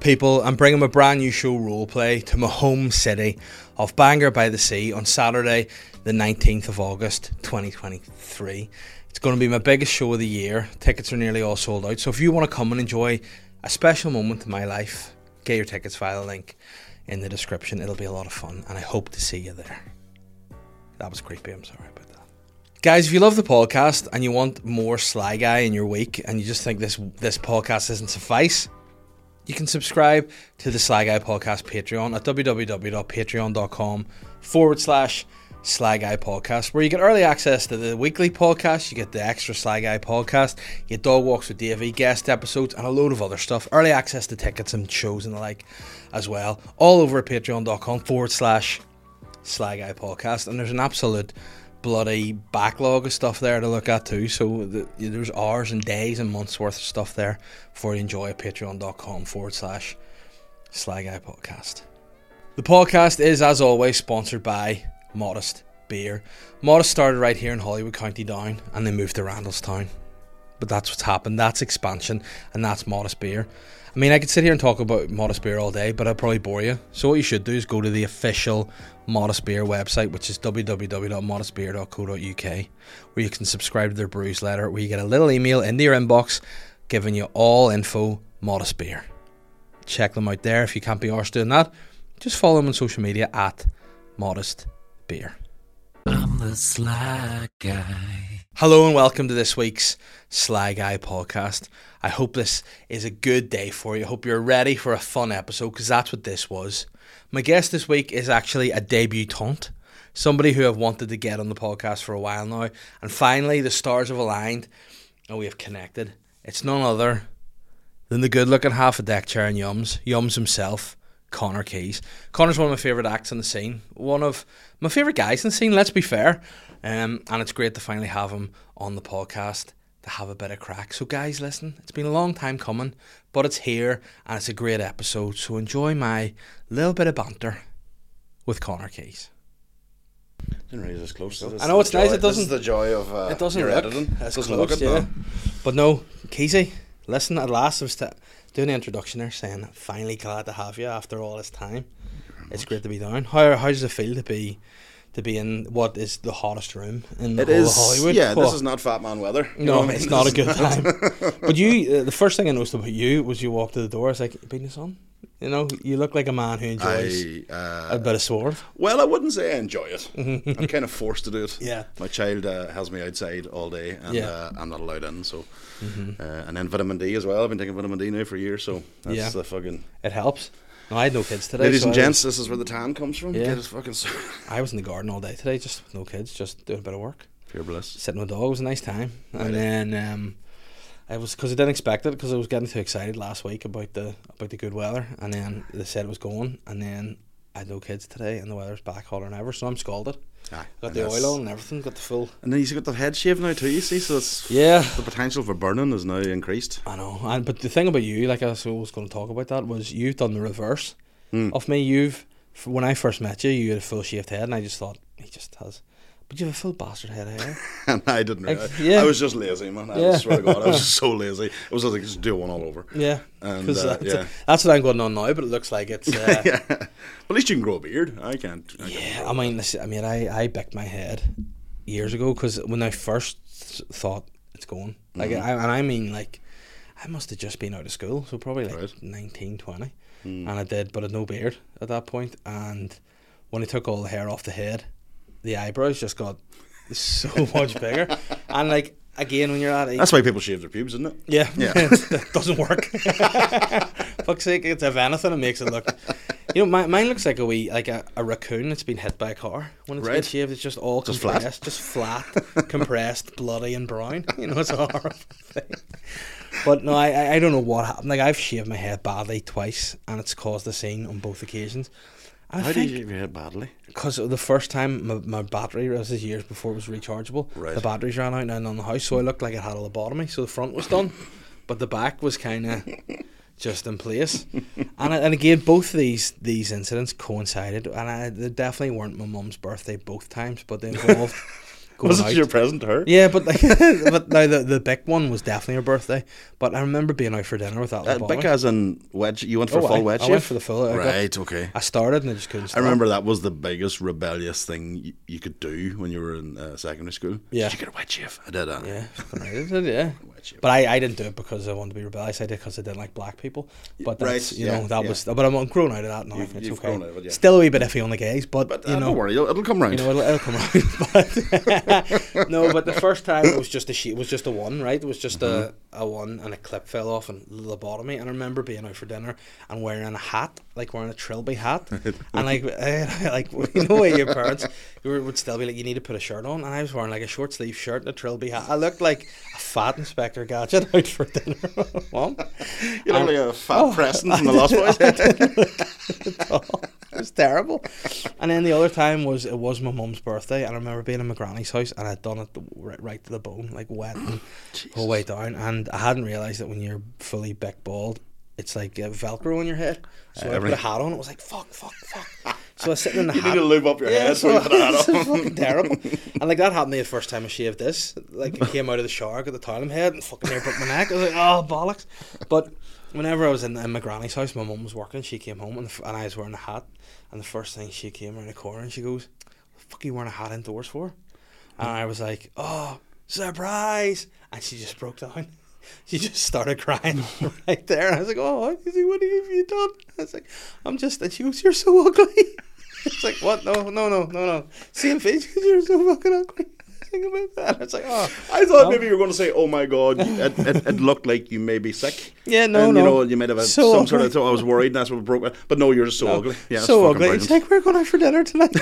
people, I'm bringing a brand new show role play to my home city of Bangor by the Sea on Saturday, the 19th of August 2023. It's going to be my biggest show of the year. Tickets are nearly all sold out. So if you want to come and enjoy a special moment in my life, get your tickets via the link in the description. It'll be a lot of fun, and I hope to see you there. That was creepy. I'm sorry about that. Guys, if you love the podcast and you want more Sly Guy in your week, and you just think this this podcast doesn't suffice, you can subscribe to the Sly Guy Podcast Patreon at www.patreon.com forward slash Sly Guy Podcast, where you get early access to the weekly podcast, you get the extra Sly Guy Podcast, you get dog walks with Davey, guest episodes, and a load of other stuff. Early access to tickets and shows and the like as well, all over at patreon.com forward slash Sly Guy Podcast. And there's an absolute bloody backlog of stuff there to look at too. So the, there's hours and days and months worth of stuff there for you to enjoy at patreon.com forward slash Sly Guy Podcast. The podcast is, as always, sponsored by Modest Beer. Modest started right here in Hollywood County Down and they moved to Randallstown. But that's what's happened. That's expansion and that's Modest Beer. I mean, I could sit here and talk about Modest Beer all day, but I'd probably bore you. So, what you should do is go to the official Modest Beer website, which is www.modestbeer.co.uk, where you can subscribe to their brews letter, where you get a little email into your inbox giving you all info Modest Beer. Check them out there. If you can't be arsed doing that, just follow them on social media at Modest Beer. I'm the sly guy. Hello and welcome to this week's Sly Guy podcast. I hope this is a good day for you. I hope you're ready for a fun episode because that's what this was. My guest this week is actually a debutante, somebody who I've wanted to get on the podcast for a while now. And finally, the stars have aligned and we have connected. It's none other than the good looking half a deck chair in Yums, Yums himself. Connor Keys. Connor's one of my favourite acts on the scene, one of my favourite guys in the scene, let's be fair. Um, and it's great to finally have him on the podcast to have a bit of crack. So, guys, listen, it's been a long time coming, but it's here and it's a great episode. So, enjoy my little bit of banter with Connor Keys. Didn't realize it was close to this. I know, it's The nice, joy- it doesn't- This is the joy of uh, It doesn't your look. editing. It's doesn't close, look it, yeah. though. But no, Keezy, listen, at last I was t- doing the introduction there saying, finally glad to have you after all this time. It's great to be down. How, how does it feel to be to be in what is the hottest room in the It whole is. of Oh, Hollywood? Yeah, Well, this is not Fat Man weather. You know No, what I it's mean? not a This good is time. but you, uh, the first thing I noticed about you was you walked to the door. I was like, "Beating this on," you know. You look like a man who enjoys I, uh, a bit of swerve. well, I wouldn't say I enjoy it. I'm kind of forced to do it. Yeah. My child uh, has me outside all day, and Yeah. Mm-hmm. uh, I'm not allowed in. So, uh, and then vitamin D as well. I've been taking vitamin D now for years. So that's Yeah. the fucking It helps. No, I had no kids today. ladies so and I was- gents. This is where the tan comes from. Yeah. Get his fucking I was in the garden all day today, just with no kids, just doing a bit of work. pure bliss. Sitting with the dog was a nice time, and then um, I was because I didn't expect it because I was getting too excited last week about the about the good weather, and then they said it was going, and then I had no kids today, and the weather's back hotter than ever, so I'm scalded. Aye, Got Ah, and the that's- oil on and everything, got the full. And then he's got the head shave now too. You see, so it's Yeah, the potential for burning is now increased. I know, and but the thing about you, like I was always going to talk about that, was you've done the reverse Hmm. of me. You've f- when I first met you, you had a full shaved head, and I just thought he just has, but you have a full bastard head of hair. and I didn't. Really, Ex- yeah. I was just lazy, man. I Yeah. swear to God, I was just so lazy. It was just like just do one all over. yeah, And, 'Cause uh, that's, yeah. that's what I'm going on now. But it looks like it's. Uh, yeah. yeah. But at least you can grow a beard. I can't. I can't. I mean, this, I mean, I I bicked my head years ago because when I first th- thought it's going, like, I, and I mean, like, I must have just been out of school, so probably like Right. nineteen, twenty, and I did, but I had no beard at that point, and when I took all the hair off the head, the eyebrows just got so much bigger, and like again, when you're at age That's why people shave their pubes, isn't it? yeah. Yeah. that doesn't work. Fuck's sake, it's if anything, it makes it look. You know, my, mine looks like a wee, like a, a raccoon that's been hit by a car. When it's been Right. shaved, it's just all Just flat. compressed, just flat, compressed, bloody and brown. You know, it's a horrible thing. But no, I- I, I don't know what happened. Like, I've shaved my head badly twice, and it's caused a scene on both occasions. And I How do think you shave your head badly? because the first time my, my battery this is years before it was rechargeable Right. the batteries ran out and on the house so I looked like I had a lobotomy so the front was done but the back was kind of just in place and I- and again both of these these incidents coincided and I, they definitely weren't my mum's birthday both times but they involved going Was out. it your present to her? yeah, but like, but now the, the big one was definitely her birthday. But I remember being out for dinner with that. Uh, little big boy. as in wedge. You went for Oh, full I- wedge. I went yeah? for the full. I, got- Right. Okay. I started and I just couldn't. I Stop. remember that was the biggest rebellious thing you, you could do when you were in uh, secondary school. Yeah. Did you get a wedge shift? I did. Uh, Yeah, fucking right, I did, yeah. Wedge shift. But I, I didn't do it because I wanted to be rebellious. I did because I didn't like black people. But right, that's, you yeah, know that yeah. was. But I'm, I'm grown out of that now. You've- and it's you've okay. grown out of it, yeah. Still a wee bit iffy on the gays, but, But uh, you know, don't worry, it'll, it'll come round. you know, it'll, it'll come around. But no, but the first time it was just a she, it was just a one, right? It was just a, a one, and a clip fell off and lobotomy. And I remember being out for dinner and wearing a hat, like wearing a trilby hat, and like eh, like you know where your parents you were- would still be like, you need to put a shirt on, and I was wearing like a short sleeve shirt and a trilby hat. I looked like a fat Inspector Gadget out for dinner, mom. you look Um, like a fat Preston from the Lost Boys. It was terrible. And then the other time was it was my mum's birthday, and I remember being in my granny's house, and I'd done it the, right, right to the bone, like wet and whole way down. And I hadn't realised that when you're fully big bald, it's like uh, Velcro on your head. So I put a everything. hat on. It was like fuck, fuck, fuck. So I was sitting in the you hat. need to lube up your Yeah, head so so you put a hat it's on. fucking terrible. And like that happened to me the first time I shaved this. Like I came out of the shower, got the towel in my head, and fucking hair broke my neck. I was like, oh bollocks. But whenever I was in, in my granny's house, my mum was working. She came home and, the, f- and I was wearing a hat. And the first thing she came around the corner and she goes, "What the fuck are you wearing a hat indoors for?" And I was like, oh surprise! And she just broke down. She just started crying right there. I was like, oh, what is it- what have you done? I was like, I'm just, and she goes, you're so ugly. It's like, what? No, no, no, no, no. Same face because you're so fucking ugly. Think about that. It's like, oh. I thought No. maybe you were going to say, "Oh my God, you- it, it, it looked like you may be sick." Yeah, no, and, no. You know, you might have had So some sort of. ugly. thought I was worried, and that's what broke. it. But no, you're just so ugly. Yeah, that's so fucking ugly. It's like, brilliant. we're going out for dinner tonight.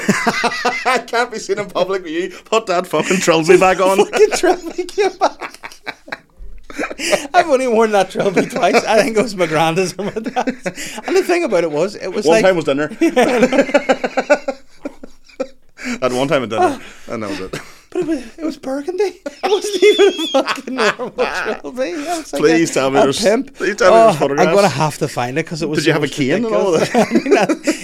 I can't be seen in public with you. Put that fucking trilby back on. fucking trilby came back. I've only worn that trilby twice. I think it was my granda's or my dad's. And the thing about it was, it was one like. time was dinner. At one time at dinner, and that was it. But it was, it was burgundy. It wasn't even a fucking normal trilby. I was like Please a- tell me a there's- pimp. please tell me there's I'm photographs. gonna have to find it because it was. Did you the have a most cane and all ridiculous- I mean,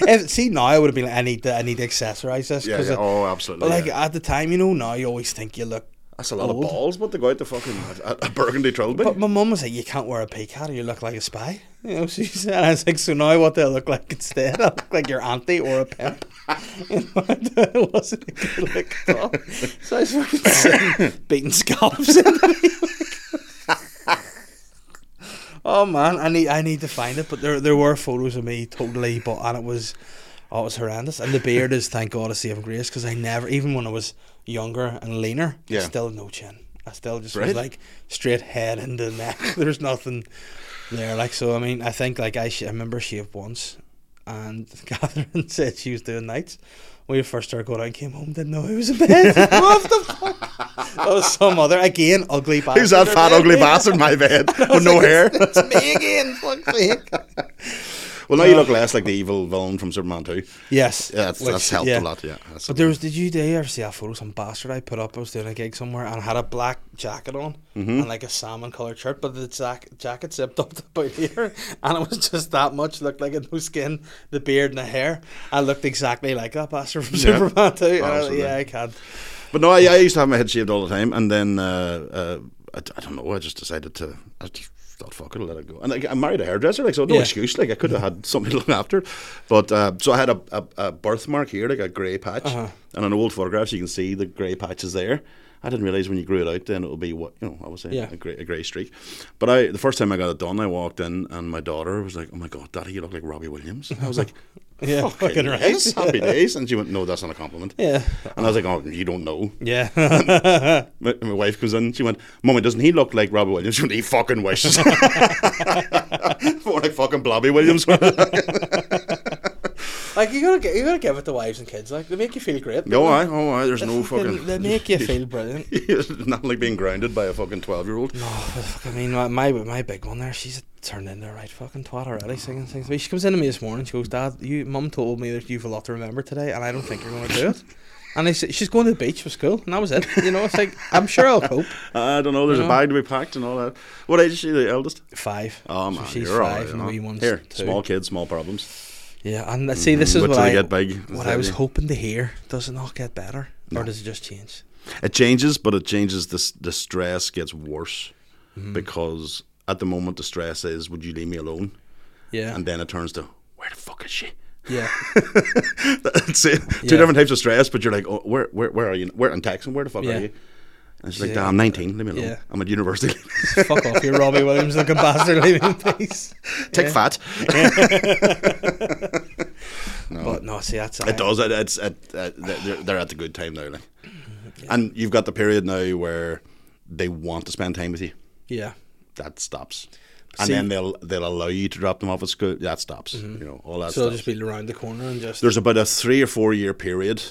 I- if- see now I would have been like, I need to, I need to accessorize this Yeah, because. yeah. oh, absolutely. But like yeah. at the time, you know, now you always think you look. that's a lot old. of balls, but they go out to fucking a, a burgundy trilby. But my mum was like, "You can't wear a peak hat, or you look like a spy." You know, she said. And I was like, "So now what do I look like instead? I look like your auntie or a pimp." You know, it wasn't a good look at all. So I was fucking sitting, beating scalps. into me. oh man, I need I need to find it. But there there were photos of me totally, but and it was. Oh, it was horrendous. And the beard is, thank God, a saving grace because I never, even when I was younger and leaner, I Yeah. still no chin. I still just was Right. like straight head into the neck. There's nothing there. Like so, I mean, I think like I, sh- I remember shaved once, and Catherine said she was doing nights. When we first started going out, came home, didn't know who was in bed. what the fuck? That was some other again ugly bastard. Who's that fat ugly bass in my bed with no hair? It's me again. Fuck me. Well, now you look less like the evil villain from Superman 2. Yes. Yeah, that's, Which- that's helped yeah. a lot, yeah. That's But there was, did you, did you ever see that photo? Some bastard I put up. I was doing a gig somewhere and had a black jacket on and like a salmon coloured shirt, but the jack, jacket zipped up to about here, and it was just that much. Looked like a no skin, the beard and the hair. I looked exactly like that bastard from Yeah. Superman too. And I was like, Absolutely. yeah, I can't. But no, I, I used to have my head shaved all the time, and then uh, uh, I, d- I don't know. I just decided to. I just thought, fuck it, I'll let it go. And like, I married a hairdresser, like so, no Yeah. excuse. Like I could have had somebody look after. it. But uh, so I had a, a, a birthmark here, like a grey patch, Uh-huh. and on old photographs you can see the grey patch is there. I didn't realize when you grew it out, then it'll be what you know. Obviously, Yeah. a grey a grey streak. But I, the first time I got it done, I walked in, and my daughter was like, "Oh my god, daddy, you look like Robbie Williams." And I was like. Yeah, fucking right. yes, happy days, and she went, "No, that's not a compliment." Yeah. and I was like, "Oh, you don't know." Yeah. My, my wife comes in. She went, "Mummy, doesn't he look like Robbie Williams?" She went, "He fucking wishes." More like fucking Blobby Williams. like, you gotta, gi- you gotta give it to wives and kids. Like, they make you feel great. no, I, oh, I, there's no Fucking- fucking. They make you feel brilliant. Not like being grounded by a fucking twelve-year-old. Oh, but fuck, I mean, my, my my big one there, she's turned into a right fucking twat already, singing things. to me. She comes in to me this morning, she goes, Dad, you mum told me that you've a lot to remember today, and I don't think you're going to do it. And I said, She's going to the beach for school, and that was it. You know, it's like, I'm sure I'll cope. I don't know. There's No. a bag to be packed and all that. What age is she? The eldest? Five. Oh man, she's you're all five, right, and the you know. wee one's Here, two. small kids, small problems. Yeah, and uh, see, this is Wait what till I, they get big. what I was hoping to hear. Does it not get better, or does it just change? It changes, but it changes. The, s- the stress gets worse Mm-hmm. because at the moment the stress is, would you leave me alone? Yeah. And then it turns to, where the fuck is she? yeah. That's it. Two Yeah. different types of stress, but you're like, oh, where, where, where are you? Where in Texas? Where the fuck Yeah. are you? And she's like, Yeah. "Nah, I'm 19. Leave me alone. Yeah. I'm at university. Fuck off, you're Robbie Williams looking bastard. Leave me in peace. Take Yeah. fat. But no, see that's It does. It, it's it, it, they're, they're at the good time now, like. Mm-hmm. and you've got the period now where they want to spend time with you. Yeah. That stops, and See- Mm-hmm. then they'll they'll allow you to drop them off at school. That stops. You know all that So they'll stuff. just be around the corner and just There's about a three or four year period.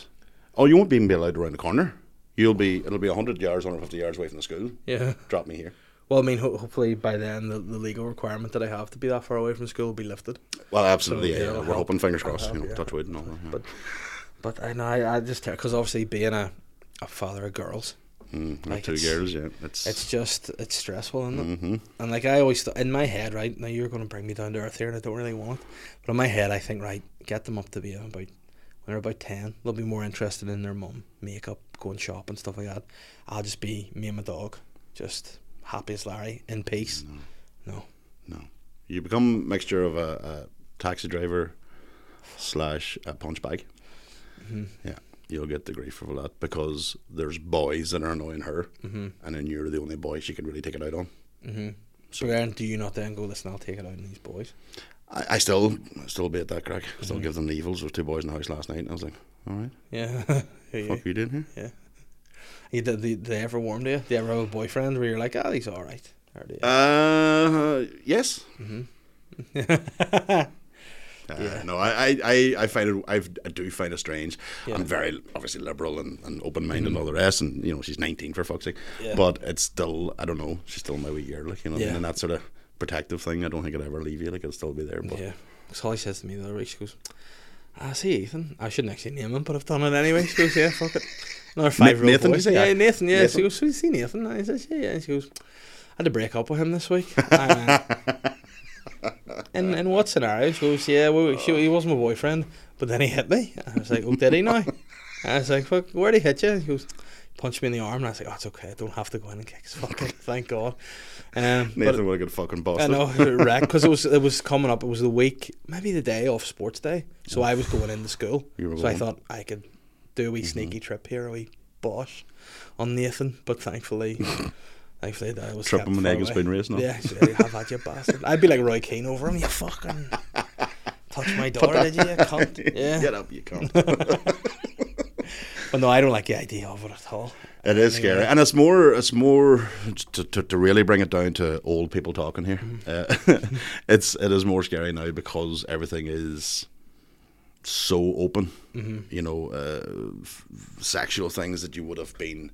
Oh, you won't even be allowed around the corner. You'll be it'll be hundred yards, hundred fifty yards away from the school. Yeah. drop me here. Well, I mean, ho- hopefully by then the, the legal requirement that I have to be that far away from school will be lifted. Well, absolutely. yeah, yeah, we're hoping fingers crossed. help, you know, yeah. touch wood and all that. yeah. But but I know I, I just because obviously being a, a father of girls, Mm, like, two it's- years. Yeah, it's, it's just it's stressful, isn't it? Mm-hmm. And like I always th- in my head, right now you're going to bring me down to earth here, and I don't really want it. But in my head, I think right, get them up to be about when they're about ten, they'll be more interested in their mum, makeup, going shopping, stuff like that. I'll just be me and my dog, just happy as Larry in peace. no. no. You become a mixture of a, a taxi driver slash a punch bag. Mm-hmm. Yeah, you'll get the grief of a lot because there's boys that are annoying her, Mm-hmm. and then you're the only boy she can really take it out on. So then, do you not then go? Listen, I'll take it out on these boys. I, I still still be at that crack. Still Mm-hmm. give them the evils. There was two boys in the house last night, and I was like, "All right, Yeah. Yeah. fuck you doing here?" You, did, did they ever warm to you? Did you ever have a boyfriend where you're like, oh, he's all right? Or do you? Uh, yes. Uh, No, I, I- I, I find it. I've, I do find it strange. Yeah. Mm-hmm. I'm very obviously liberal and, and open minded and all the rest. And you know, she's 19 for fuck's sake. Yeah. But it's still, I don't know. She's still my wee year, like you know, what I mean? Yeah. and that sort of protective thing. I don't think it'll ever leave you. Like it'll still be there. But yeah. Because Holly says to me the other week, she goes, "Ah, I see Ethan. I shouldn't actually name him, but I've done it anyway. She goes, yeah, fuck it. Another five year old Nathan, boy. you say? yeah, Yeah. Nathan, yeah. Nathan. She goes, so you see Nathan? And I says, yeah, yeah. And she goes, I had to break up with him this week. And, and, and what scenario? She goes, yeah, well, she, he was my boyfriend, but then he hit me. And I was like, oh, did he now? And I was like, fuck, where'd he hit you? And He goes, punched me in the arm. And I was like, oh, it's okay. I don't have to go in and kick his fucking, thank God. Um, but- Nathan would have got fucking I busted. know, wreck because it was it was coming up. It was the week, maybe the day off sports day. So I was going into school. You were so I going. Mm-hmm. thought I could do a wee sneaky trip here, a wee bosh on Nathan. But thankfully, thankfully that I was Trip kept him an far egg and away. spoon race, no? Yeah, so you have had your bastard. I'd be like Roy Keane over him. You fucking touch my daughter, did you? you cunt? Yeah. Get up, you cunt. But no, I don't like the idea of it at all. It is scary, and it's more. It's more to, to, to really bring it down to old people talking here. Mm. Uh, it's it is more scary now because everything is so open. Mm-hmm. You know, uh, f- sexual things that you would have been.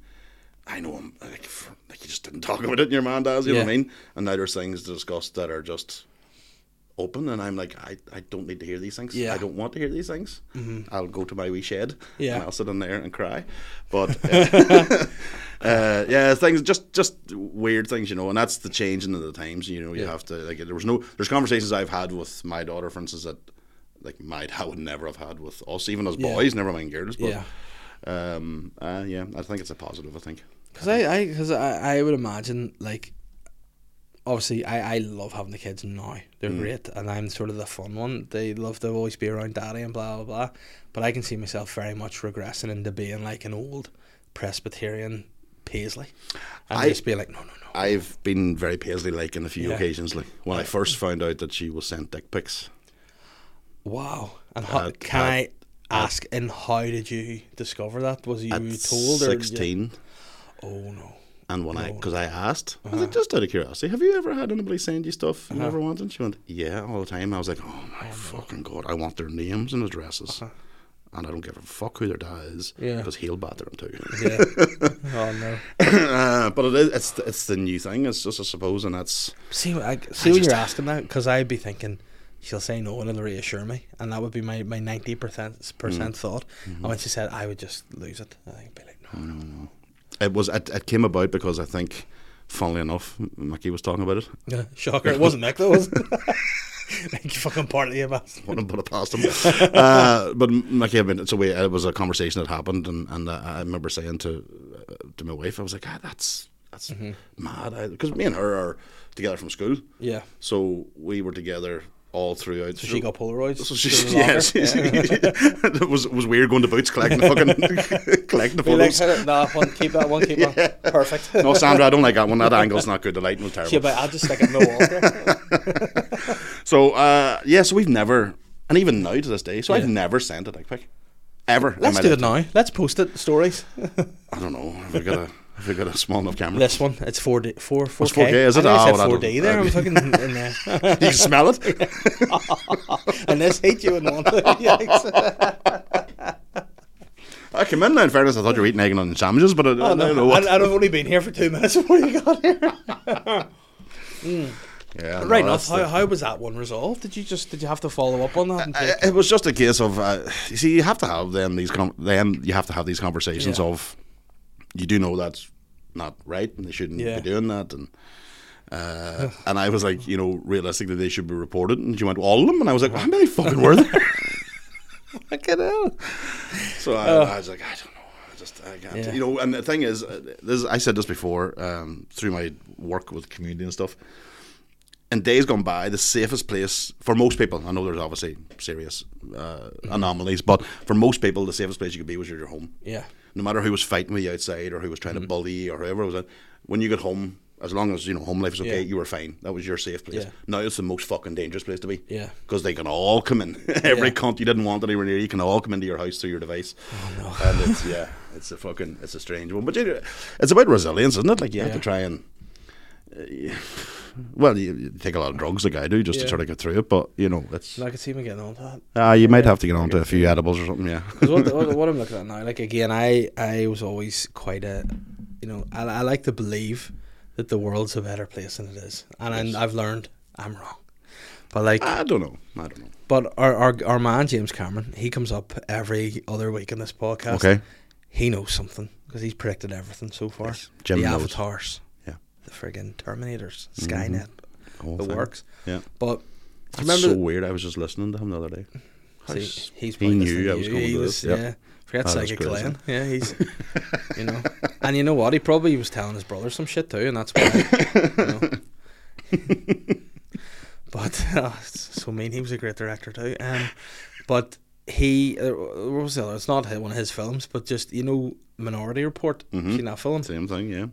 I know, I'm, like, f- like you just didn't talk about it in your man does. You know what I Yeah. mean? And now there's things to discuss that are just open, and I'm like, I, I don't need to hear these things. Yeah. Mm-hmm. I don't want to hear these things. I'll go to my wee shed. Yeah. And I'll sit in there and cry. But uh, uh, yeah, things just just weird things, you know, and that's the change into the times. You know, you Yeah. have to like there was no there's conversations I've had with my daughter, for instance, that like my dad would never have had with us, even as Yeah. boys, never mind girls. But Yeah. um, uh, yeah, I think it's a positive. I think. Because I, I, cause I, I would imagine, like, obviously, I, I love having the kids now. They're Mm. great, and I'm sort of the fun one. They love to always be around daddy and blah, blah, blah. But I can see myself very much regressing into being like an old Presbyterian Paisley. And I- just be like, no, no, no. I've been very paisley like in a few Yeah. occasions. Like when I first found out that she was sent dick pics. Wow. And how, Uh, can at- I ask, and how did you discover that? Was you At told? Or sixteen. oh, no. And when I, because I asked, I was Uh-huh. like, just out of curiosity, have you ever had anybody send you stuff you never wanted? She went, yeah, all the time. I was like, oh my fucking god, I want their names and addresses, and I don't give a fuck who their dad is, Uh-huh. Yeah. because he'll batter them too. Yeah. oh, no. uh, but it is, it's the- it's the new thing. It's just I suppose, and that's See, what I, see when just- you're asking that because I'd be thinking she'll say no and it'll reassure me, and that would be my my ninety percent percent Mm. thought. Mm-hmm. And when she said, I would just lose it. I think I'd be like, no, Mm. no. it was it, it came about because I think, funnily enough, Mickey was talking about it. Yeah, shocker! It wasn't Nick though. Was it? like you fucking part of the bastard. want to put it past him. mm, uh, but Mickey, I mean, it's a way. It was a conversation that happened, and, and I I remember saying to to my wife. I was like, ah, that's that's mad. Because me and her are together from school, Mm-hmm. Yeah. so we were together all throughout. So she got Polaroids. So through she, the locker? yes, it was it was weird going to boots collecting the fucking collecting the Be like, photos. nah, one keep that, one keep that. Perfect. no, Sandra, I don't like that one. That angle's not good. The lighting was terrible. She'll be, I'll just stick it in the wall. girl." So uh, yeah, so we've never, and even now to this day, so I've Yeah. never sent a dick pic, ever. in Let's my do it life. now. Let's post it. Stories. I don't know. Have we got a have we got a small enough camera? This one, it's 4D. 4, 4K. 4K, is I it? nearly Ah, said well, I don't- 4D there. I'm fucking in there. you can smell it. And this hate you in one. Yikes. I came in now. In fairness, I thought you were eating egg and sandwiches, but I, I don't know. Oh, No, What. and, uh, and I've only been here for two minutes. What do you got here? yeah, no, Right enough. that's How, the- how was that one resolved? Did you just did you have to follow up on that? And take- I- it was just a case of uh, you see, you have to have then these com- then you have to have these conversations Yeah. of you do know that's not right and they shouldn't Yeah. be doing that and. Uh, and I was like, you know, realistically, they should be reported. And she went, all of them. And I was like, well, how many fucking were there? Fucking hell. So I, I was like, I don't know. I just, I can't. Yeah. You know, and the thing is, uh, this I said this before um, through my work with community and stuff. In days gone by, the safest place for most people, I know there's obviously serious uh, Mm-hmm. anomalies, but for most people, the safest place you could be was your home. Yeah. Mm-hmm. No matter who was fighting with you outside or who was trying to bully or whoever it was, at, when you got home, as long as you know home life was okay, Yeah. you were fine. That was your safe place. Yeah. Now it's the most fucking dangerous place to be. Yeah. Because they can all come in. Every Yeah. cunt you didn't want anywhere near you can all come into your house through your device. Oh no. And it's yeah, it's a fucking it's a strange one. But you know, it's about resilience, isn't it? Like you have Yeah. to try and uh, you- well, you, you take a lot of drugs, like I do, just Yeah. to sort of get through it. But you know, it's I could see me getting on to that. uh, you might have to get onto a few edibles or something. Yeah, 'Cause what, what, what I'm looking at now, like again, I I was always quite a, you know, I, I like to believe that the world's a better place than it is, and I, I've learned I'm wrong. But like, I don't know. I don't know. but our, our our man James Cameron, he comes up every other week in this podcast. Okay. he knows something because he's predicted everything so far. Yes, Jim the knows. avatars, Yeah. the friggin' Terminators, Skynet, Mm-hmm. Whole the thing. works. Yeah. But That's remember, so weird. I was just listening to him the other day. How See, s- he's he probably knew listening I was you. going he to was, this. Yep. Yeah, forget Oh, that's psychic crazy. Glenn. Yeah, he's, you know, and you know what? He probably was telling his brother some shit too, and that's why. you know. but uh, it's so mean. He was a great director too. Um, but he, uh, what was the other? It's not hi- one of his films, but just you know, Minority Report. Mm-hmm. Seen that film? Same thing, yeah.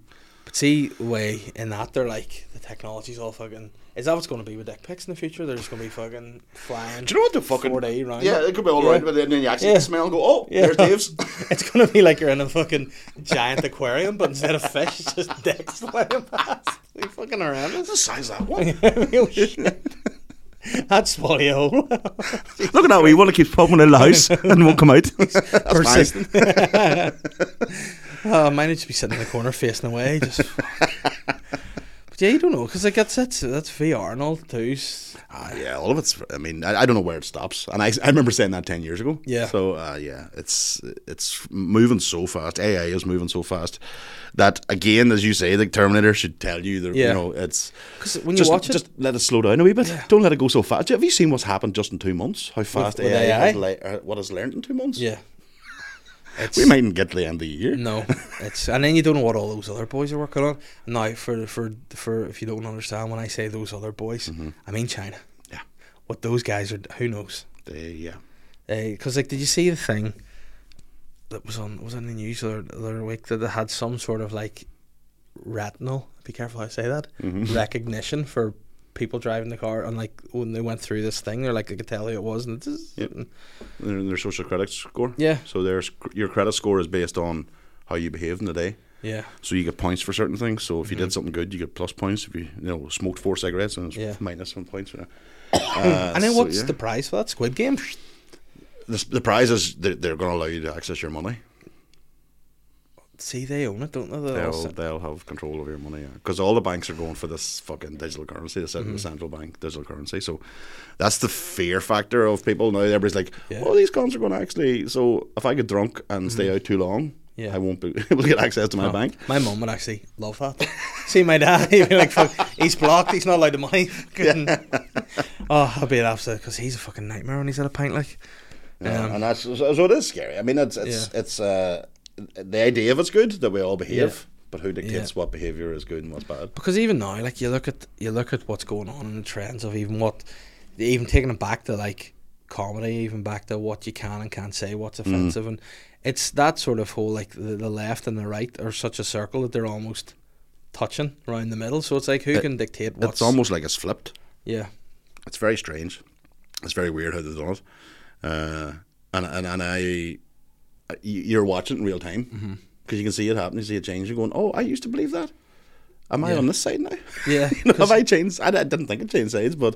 But see, the way in that they're like the technology's all fucking. Is that what's going to be with dick pics in the future? They're just going to be fucking flying. Do you know what the fucking? 4D round yeah, up? it could be all Yeah. right, but then you actually Yeah. smell and go, oh, Yeah. there's Dave's. It's gonna be like you're in a fucking giant aquarium, but instead of fish, it's just dicks flying past. You fucking horrendous. the size of that one. Real shit. That's bloody hole. Look at that wee one that keeps popping in the house and won't come out. That's nice. uh, mine would just be sitting in the corner facing away. Just. But yeah, you don't know because like that's that's that's VR and all too. S- Ah, yeah, all of it's. I mean, I, I don't know where it stops, and I, I remember saying that ten years ago. Yeah. So uh, yeah, it's it's moving so fast. AI is moving so fast that again, as you say, the Terminator should tell you that Yeah. you know it's 'Cause when you just, watch it- just let it slow down a wee bit. Don't let it go so fast. Have you seen what's happened just in two months? How fast with AI, AI? Has le- uh, what has learned in two months? Yeah. It's, We mightn't get to the end of the year. No, it's and then you don't know what all those other boys are working on. Now, for for for if you don't understand when I say those other boys, I mean China. Mm-hmm. Yeah. What those guys are, who knows? They, yeah. Because like, did you see the thing that was on was on the news the other, the other week that they had some sort of like retinal? Be careful how I say that Mm-hmm. recognition for people driving the car and like when they went through this thing, they're like they could tell who it was and it's Yep. Their, their social credit score. Yeah. So their sc- your credit score is based on how you behave in the day. yeah. So you get points for certain things. So if you Mm-hmm. did something good, you get plus points. If you you know smoked four cigarettes, and it's Yeah. minus one points. you know. Uh, and then so, what's yeah. the prize for that Squid Game? the s- the prize is they're, they're going to allow you to access your money. See, they own it, don't they? They're all They'll set- they'll have control over your money because all the banks are going for this fucking digital currency, the Mm-hmm. central, central bank digital currency. So that's the fear factor of people now. Everybody's like, Yeah. Mm-hmm. "Oh, these cons are going to actually." So if I get drunk and stay out too long, Yeah. I won't be able to get access to my bank. My mum would actually love that. See my dad, he'd be like, "Fuck, he's blocked. He's not allowed to money." Fucking- Oh, I'd be an absolute because he's a fucking nightmare when he's at a pint. Like, Yeah, um, and that's so, so it is scary. I mean, it's it's it's uh, the idea of it's good that we all behave, Yeah. but who dictates what behavior is good and what's bad? because even now, like you look at you look at what's going on in the trends of even what, even taking it back to like comedy, even back to what you can and can't say, what's Mm-hmm. offensive, and it's that sort of whole like the, the left and the right are such a circle that they're almost touching around the middle. So it's like who can dictate what's It's almost like it's flipped. yeah It's very strange. It's very weird how they've done it. Uh, and and and I, I- you're watching it in real time because you can see it happen. You see it change. You're going, oh, I used to believe that. Am I on this side now? Yeah, You know, have I changed? I, I didn't think it changed sides, but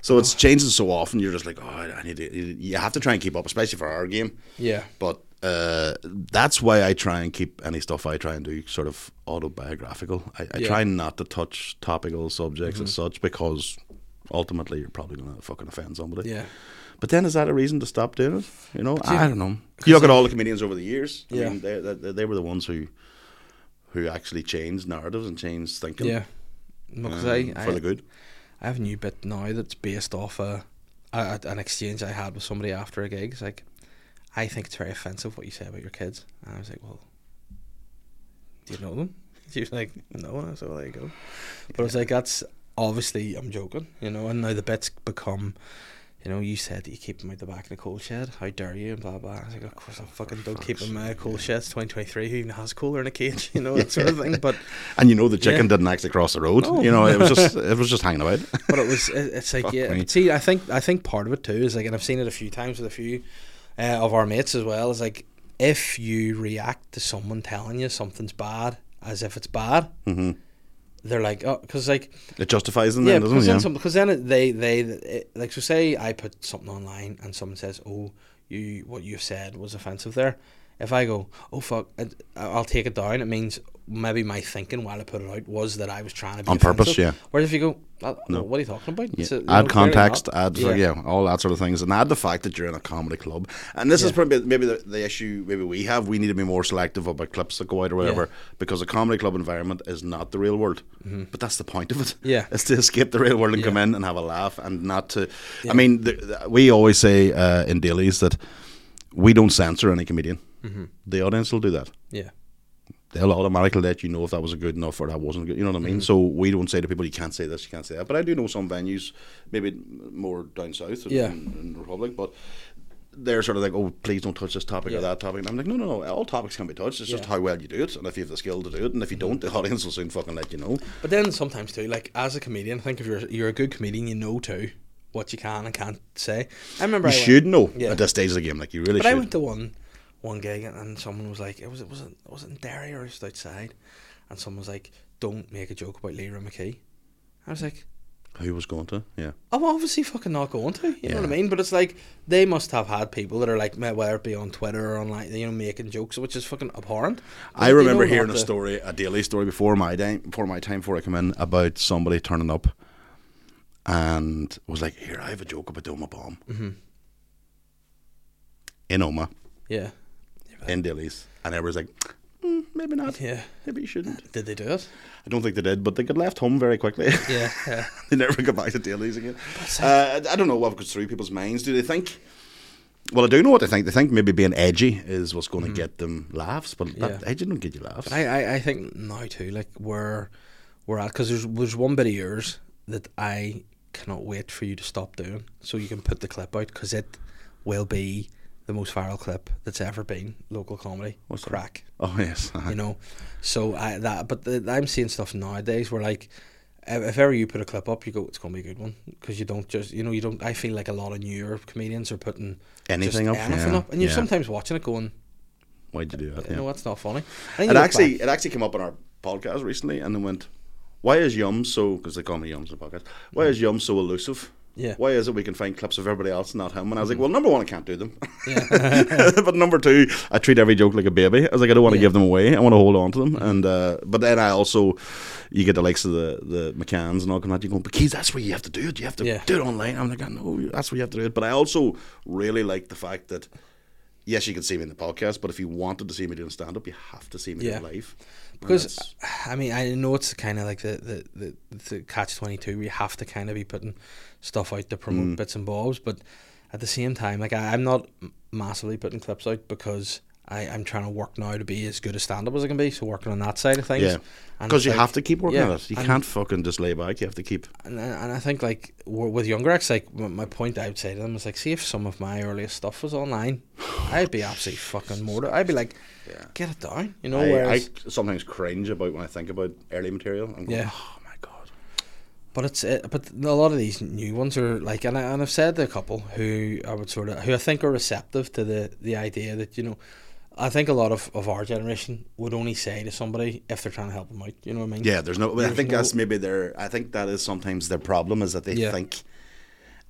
so it's changing so often. You're just like, oh, I I need to. You have to try and keep up, especially for our game. yeah But uh, that's why I try and keep any stuff I try and do sort of autobiographical. I, I Yeah. Mm-hmm. try not to touch topical subjects as such because ultimately you're probably going to fucking offend somebody. yeah But then is that a reason to stop doing it? You know, I don't know. You look at all the comedians over the years. I Yeah. mean, they, they, they were the ones who who actually changed narratives and changed thinking yeah. Because um, I, for I, the good. I have a new bit now that's based off a, a a- an exchange I had with somebody after a gig. It's like, I think it's very offensive what you say about your kids. And I was like, well, do you know them? She was like, no. And I was like, well, there you go. But I was like, that's obviously I'm joking, you know. And now the bits become. You know, you said that you keep them out the back of the coal shed. How dare you? And blah blah. I was like, of course I fucking don't keep them out of coal sheds. 2023. Who even has cooler in a cage? You know that sort of thing. But And you know, the chicken Yeah. didn't actually cross the road. No. You know, it was just it was just hanging about. but it was uh, it, it's like Fuck yeah me. but see I think I think part of it too is like and I've seen it a few times with a few uh, of our mates as well is like if you react to someone telling you something's bad as if it's bad they're like oh because like Mm-hmm. It justifies them, yeah then, doesn't because it? then, Yeah. some, because then it, they they it, like so say I put something online and someone says oh you what you said was offensive there if I go oh fuck I, I'll take it down it means maybe my thinking while I put it out was that I was trying to be On purpose, offensive. yeah. Whereas if you go "Uh, what are you talking about Yeah. It's a- you add know, clearly context, not. add yeah. all that sort of things, and add the fact that you're in a comedy club. And this is probably maybe the, the issue maybe we have. We need to be more selective about clips that go out or whatever, because a comedy club environment is not the real world. But that's the point of it. Mm-hmm. Yeah. it's to escape the real world and come in and have a laugh, and not to. I mean, the, the- we always say uh, in dailies that we don't censor any comedian. Mm-hmm. The audience will do that Yeah. they'll automatically let you know if that was a good enough or that wasn't good. You know what I Mm. mean? So we don't say to people, you can't say this, you can't say that. But I do know some venues, maybe more down south in, Yeah. in, in the Republic, but they're sort of like, oh, please don't touch this topic Yeah. or that topic. And I'm like, no, no, no, all topics can be touched. It's Yeah. just Mm-hmm. how well you do it. And if you have the skill to do it, and if you don't, the audience will soon fucking let you know. But then sometimes too, like as a comedian, I think if you're you're a good comedian, you know too what you can and can't say. I remember You I went- should know Yeah. at this stage of the game. Like, you really But should. I went to one one gig and, and someone was like, it was it was it was it in Derry or just outside, and someone was like, don't make a joke about Leroy McKee. I was like, Who was going to? Yeah. I'm obviously fucking not going to. You know what I Yeah. mean? But it's like they must have had people that are like, meh, whether it be on Twitter or online, you know, making jokes, which is fucking abhorrent. I You know remember not hearing a to- story, a daily story before my time, before my time, before I come in, about somebody turning up and was like, "Here, I have a joke about the Oma bomb Mm-hmm. in Oma Yeah, in Dilly's," and everyone's like, mm, "Maybe not. yeah. Maybe you shouldn't." Did they do it? I don't think they did, but they got left home very quickly. Yeah, yeah. they never got back to dailies again. Uh, I I don't know what goes through people's minds. Do they think? Well, I do know what they think. They think maybe being edgy is what's going to get them laughs, but that, Mm-hmm. Yeah. edgy don't get you laughs. But I, I, I think now too, like where we're at, because there's there's one bit of yours that I cannot wait for you to stop doing, so you can put the clip out, because it will be the most viral clip that's ever been local comedy. What's that? crack? oh yes, You know, so I that, but the, I'm seeing stuff nowadays where like. If if ever you put a clip up, you go, it's gonna be a good one because you don't just, you know, you don't. I feel like a lot of newer comedians are putting Anything up, just anything yeah, up, and you're yeah. sometimes watching it going, Why'd you do that? you know, that's not funny. And then you It look actually back- it actually came up on our podcast recently, and they went, "Why is Yum so?" Because they call me Yums in the podcast. Why is Yum so elusive? Yeah. Why is it we can find clips of everybody else and not him? And I was like, well, number one, I can't do them. Mm-hmm. Yeah. but number two, I treat every joke like a baby. I was like, I don't want to Yeah. Mm-hmm. give them away. I want to hold on to them. And uh, but then I also, you get the likes of the the McCanns and all coming at you going, but Keys, that's where you have to do it. You have to Yeah. do it online. I'm like, I know that's where you have to do it. But I also really like the fact that. Yes, you can see me in the podcast, but if you wanted to see me doing stand up, you have to see me do Yeah. it live. And Because that's- I mean, I know it's kind of like the the, the, the catch twenty two. We have to kind of be putting stuff out to Mm. promote bits and bobs, but at the same time, like I, I'm not m- massively putting clips out because I, I'm trying to work now to be as good a stand up as I can be. So working on that side of things. Yeah. And Because it's you like- have to keep working yeah, at it. You and- can't fucking just lay back. You have to keep. and I- and I think like w- with younger acts, like m- my point I would say to them is like, see if some of my earliest stuff was online, I'd be absolutely fucking mortar. I'd be like, get it down, you know. I, I whereas, sometimes cringe about when I think about early material. I'm going, Yeah. oh my god. but it's uh, but a lot of these new ones are like, and, I, and I've said to a couple who I would sort of who I think are receptive to the the idea that you know. I think a lot of, of our generation would only say to somebody if they're trying to help them out. You know what I mean? Yeah, there's no. I There's think no- that's maybe their. I think that is sometimes their problem is that they Yeah. think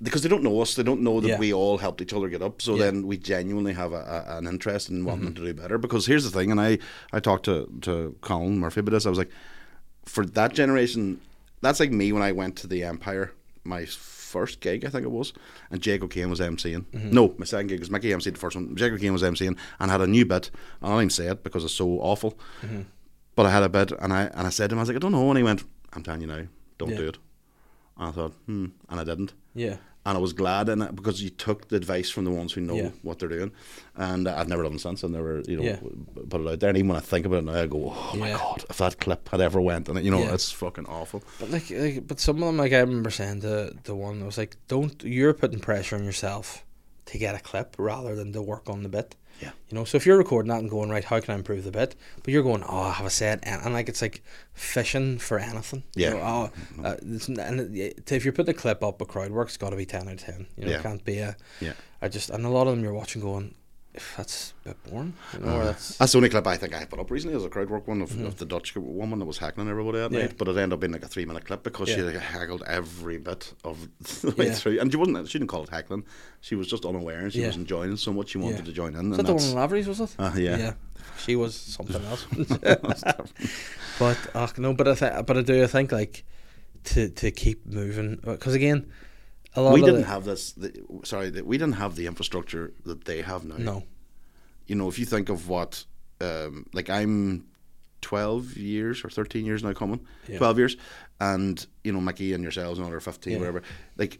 because they don't know us, they don't know that Yeah. we all helped each other get up. So Yeah. Mm-hmm. then we genuinely have a, a, an interest in wanting to do better. Because here's the thing, and I I talked to to Colin Murphy about this. I was like, for that generation, that's like me when I went to the Empire, my first gig I think it was, and Jake O'Kane was emceeing. Mm-hmm. No, my second gig was Mickey emceed the first one. Jake O'Kane was emceeing and had a new bit. I don't even say it because it's so awful. Mm-hmm. But I had a bit, and I and I said to him, I was like, I don't know, and he went, I'm telling you now, don't Yeah. do it. And I thought, hmm, and I didn't Yeah. and I was glad in it because you took the advice from the ones who know Yeah. what they're doing. And uh, I've never done it since. I've never, you know, Yeah. p- put it out there. And even when I think about it now, I go, oh my Yeah. god, if that clip had ever went, and you know, Yeah. it's fucking awful. But like, like, but some of them, like I remember saying to the one, I was like, "Don't you're putting pressure on yourself to get a clip rather than to work on the bit." Yeah. You know, so if you're recording that and going right, how can I improve the bit? But you're going, oh, have I said? And, and like it's like fishing for anything. Yeah. You know, oh, uh, it's, n- and it, if you're putting a clip up, a crowd work's got to be ten out of ten. You know, Yeah. it can't be a. Yeah. I just and a lot of them you're watching going, "If that's a bit boring. You Uh-huh. know, or that's That's the only clip I think I put up recently. It was a crowd work one of, of the Dutch woman that was heckling everybody at Mm-hmm. Yeah. night, but it ended up being like a three minute clip because she Yeah. heckled every bit of the way Yeah. through. And she wasn't, she didn't call it heckling. She was just unaware and she Yeah. was enjoying it so much she wanted Yeah. to join in. Is and that the one that's- in Lavery's, was it? Ah, yeah. Yeah. She was something else. but uh, no, but I th- but I do I think like to to keep moving because again, a lot we of didn't the, have this. The, sorry, the, we didn't have the infrastructure that they have now. no you know, if you think of what, um, like I'm 12 years or 13 years now coming, Yeah. 12 years, and, you know, Mickey and yourselves and other 15, Yeah. whatever, like,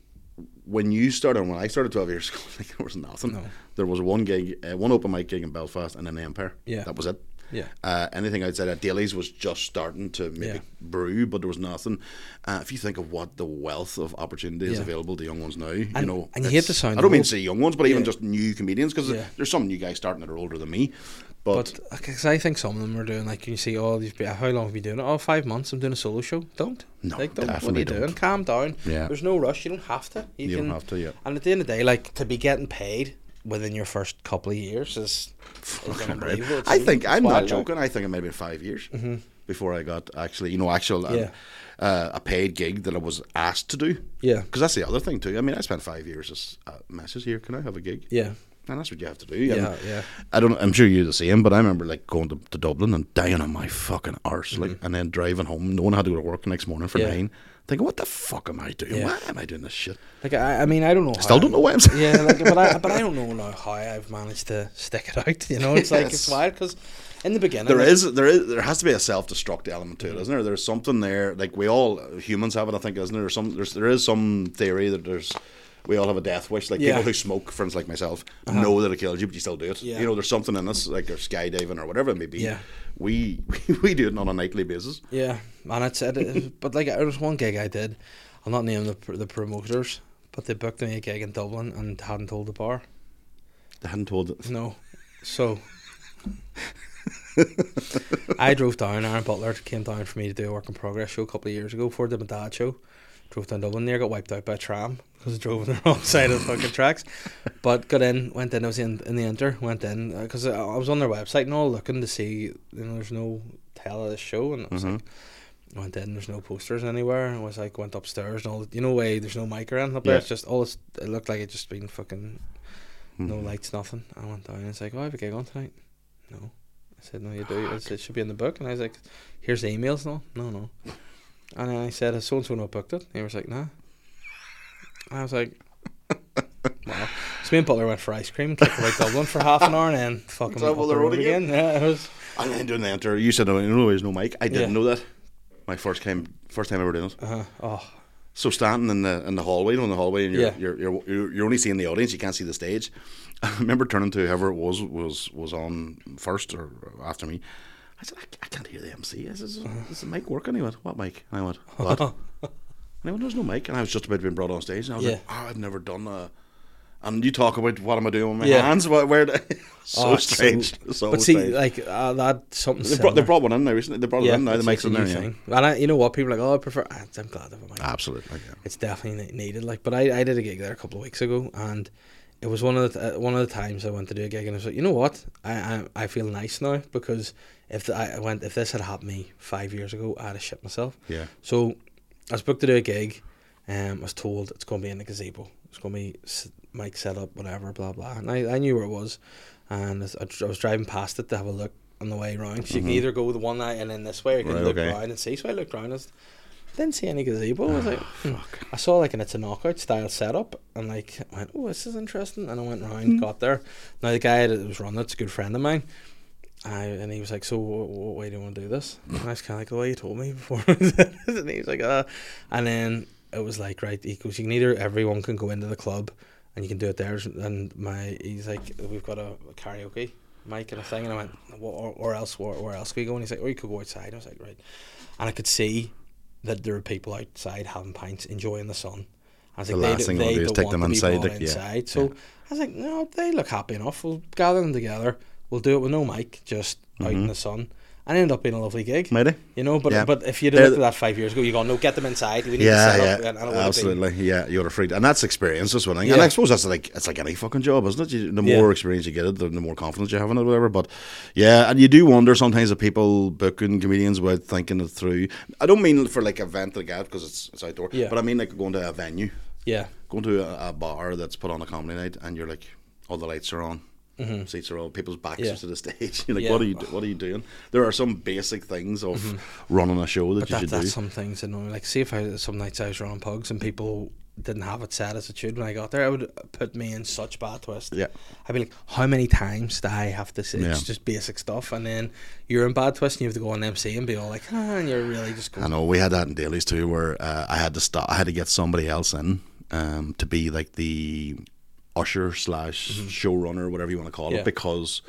when you started, when I started 12 years ago, like, there was nothing. No. There was one gig, uh, one open mic gig in Belfast and then the Empire. Yeah. That was it. Yeah. Uh, anything outside that, Daly's was just starting to maybe Yeah. brew, but there was nothing. Uh, if you think of what the wealth of opportunity is Yeah. available to young ones now, you And- know, and you hate it's- to sound I don't mean old. to say young ones, but even Yeah. just new comedians because Yeah. there's some new guys starting that are older than me. But, but because I think some of them are doing like you see oh you've been, how long have you been doing it oh five months I'm doing a solo show don't No, like don't what are definitely you don't. doing calm down Yeah. there's no rush you don't have to you, You don't can- have to, yeah. and at the end of the day like to be getting paid within your first couple of years is, is unbelievable It's- I think I'm it's not wild, like. Mm-hmm. joking. I think it might have been five years before I got actually, you know, actual uh, Yeah. uh, a paid gig that I was asked to do. Yeah. because that's the other thing too. I mean, I spent five years as a message here. Can I have a gig? yeah And that's what you have to do. Yeah, and yeah. I don't. I'm sure you're the same, but I remember like going to, to Dublin and dying on my fucking arse, like, and then driving home, knowing I had to go to work the next morning for Mm-hmm. Yeah. nine, thinking, "What the fuck am I doing? Yeah. Why am I doing this shit?" like I, I mean I don't know I still don't know why I'm. saying yeah, like, but I but I don't know now how I've managed to stick it out. You know, it's like it's Yes. wild because in the beginning There like, is, there is, there has to be a self-destruct element to it, isn't there? There's something there, like we all humans have it, I think, isn't there? There's some, there's, there is some theory that there's, we all have a death wish. Like Yeah. Uh-huh. people who smoke, for instance, like myself, know that it kills you, but you still do it. Yeah. You know, there's something in us, like or skydiving or whatever it may be. Yeah. We, we do it on a nightly basis. Yeah, and it's it, it, but like there was one gig I did. I'll not name the pr- the promoters, but they booked me a gig in Dublin and hadn't told the bar. I hadn't told it. No, so I drove down. Aaron Butler came down for me to do a work in progress show a couple of years ago before I did my dad show. Drove down Dublin there, got wiped out by a tram because I drove on the wrong side of the fucking tracks. But got in, went in. I was in in the enter, went in because I, I was on their website and all looking to see. You know, there's no tell of the show, and I was like. I went in, there's no posters anywhere. I was like, went upstairs and all. You know, way there's no mic around up there. Yeah. It's just all. It's, it looked like it just been fucking, no lights, nothing. I went down and it's like, oh, I have a gig on tonight. No, I said, no, you do. I said, it should be in the book. And I was like, here's the emails. No, no, no. And I said, has so and so not booked it? And he was like, nah. I was like, well, so me and Butler went for ice cream, and kicked about Dublin for half an hour, and then fucking Is that up what the they're road running again. Yeah, it was. And then doing the enter, you said, "No, no, there's no mic." I didn't Yeah. know that. My first time, first time ever doing it. Uh, oh, So standing in the in the hallway, you know, in the hallway, and you're, Yeah. you're, you're you're you're only seeing the audience. You can't see the stage. I remember turning to whoever it was was was on first or after me. I said, I, I can't hear the MC. Is this, is the mic working? He went, what mic? And I went, what? and he went, there's no mic. And I was just about to be brought on stage, and I was like, oh, I've never done a. And you talk about what am I doing with my Yeah. hands? Where, where so Oh, it's strange. So but see, strange. like uh, that something. They brought, they similar. brought one in now recently. They brought it in now. The it's- mic's it's a in new there. Yeah. thing. And I, you know what? People are like, oh, I prefer. ah, I'm glad of a mic. Absolutely. Yeah. It's definitely ne- needed. Like, but I, I did a gig there a couple of weeks ago, and it was one of the uh, one of the times I went to do a gig, and I was like, you know what? I I, I feel nice now because if the, I I went if this had happened to me five years ago, I'd have shit myself. Yeah. So I was booked to do a gig. Um, I was told it's going to be in the gazebo. It's going to be s- mic set up, whatever, blah, blah. And I, I knew where it was. And I, I was driving past it to have a look on the way around. So you can either go the one night and then this way, or you can Right, look okay. around and see. So I looked around and I s- didn't see any gazebo. I was like, "Hmm." I saw like an it's a knockout style setup and like I went, oh, this is interesting. And I went round, got there. Now the guy that was running it's a good friend of mine. I, and he was like, "So, what, what way do you want to do this?" And I was kind of like, "The way you told me before." and he was like, "Uh," and then it was like, "Right," he goes, "You can either everyone can go into the club, and you can do it there." And my, he's like, "We've got a, karaoke mic and a thing," and I went, "What? Or, or else? Where, where else can we go?" And he's like, "Or you could go outside." I was like, "Right," and I could see that there were people outside having pints, enjoying the sun. I was The like, last they, thing thing you wanna they do is don't take want them to be inside, brought like, yeah, inside. So I was like, no, they look happy enough. We'll gather them together. We'll do it with no mic, just out in the sun. And it ended up being a lovely gig. Mighty. You know, but Mm-hmm. Yeah. but if you'd They're have looked the- at that five years ago, you go, no, get them inside. We need to Yeah, set up. yeah, And, and it would have been- absolutely. Yeah, you're afraid, and that's experience. That's one thing, and Yeah. I suppose that's like it's like any fucking job, isn't it? You, the Yeah. more experience you get, it, the, the more confidence you have in it, whatever. But yeah, and you do wonder sometimes if people booking comedians without thinking it through. I don't mean for like event like that because it's it's outdoor, Yeah. but I mean like going to a venue, yeah. going to a, a bar that's put on a comedy night, and you're like, all the lights are on. Seats are on. People's backs Mm-hmm. Yeah. are to the stage. You're like, Yeah. what are you? do- What are you doing? There are some basic things of running a show that you Mm-hmm. That, should that's do. some things that normally, like, see if I, some nights I was around pugs and people didn't have it set as it should when I got there, it would put me in such bad twist. Yeah. I'd be like, how many times do I have to say? It's Yeah. just basic stuff. And then you're in bad twist and you have to go on MC and be all like, ah, and you're really just I going, know we had that in dailies too, where uh, I had to stop. I had to get somebody else in um, to be like the usher slash showrunner, whatever you want to call Mm-hmm. Yeah. it, because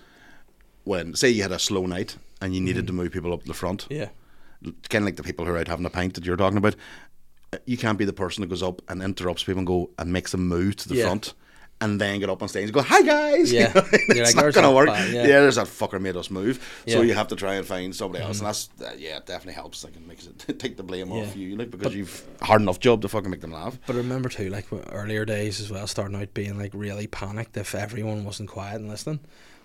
when say you had a slow night and you needed to move people up to the front, Mm-hmm. yeah. kind of like the people who are out having a pint that you're talking about, uh, you can't be the person that goes up and interrupts people and go and makes them move to the Yeah. front. And then get up on stage and go, "Hi guys!" Yeah. You're it's like, not "There's gonna that work. bat, yeah. yeah. there's that fucker made us move. So Yeah. Mm-hmm. you have to try and find somebody else, and that's uh, yeah, it definitely helps. Like it makes it take the blame Yeah. off you, like because you've hard enough job to fucking make them laugh. But I remember too, like w- earlier days as well, starting out being like really panicked if everyone wasn't quiet and listening.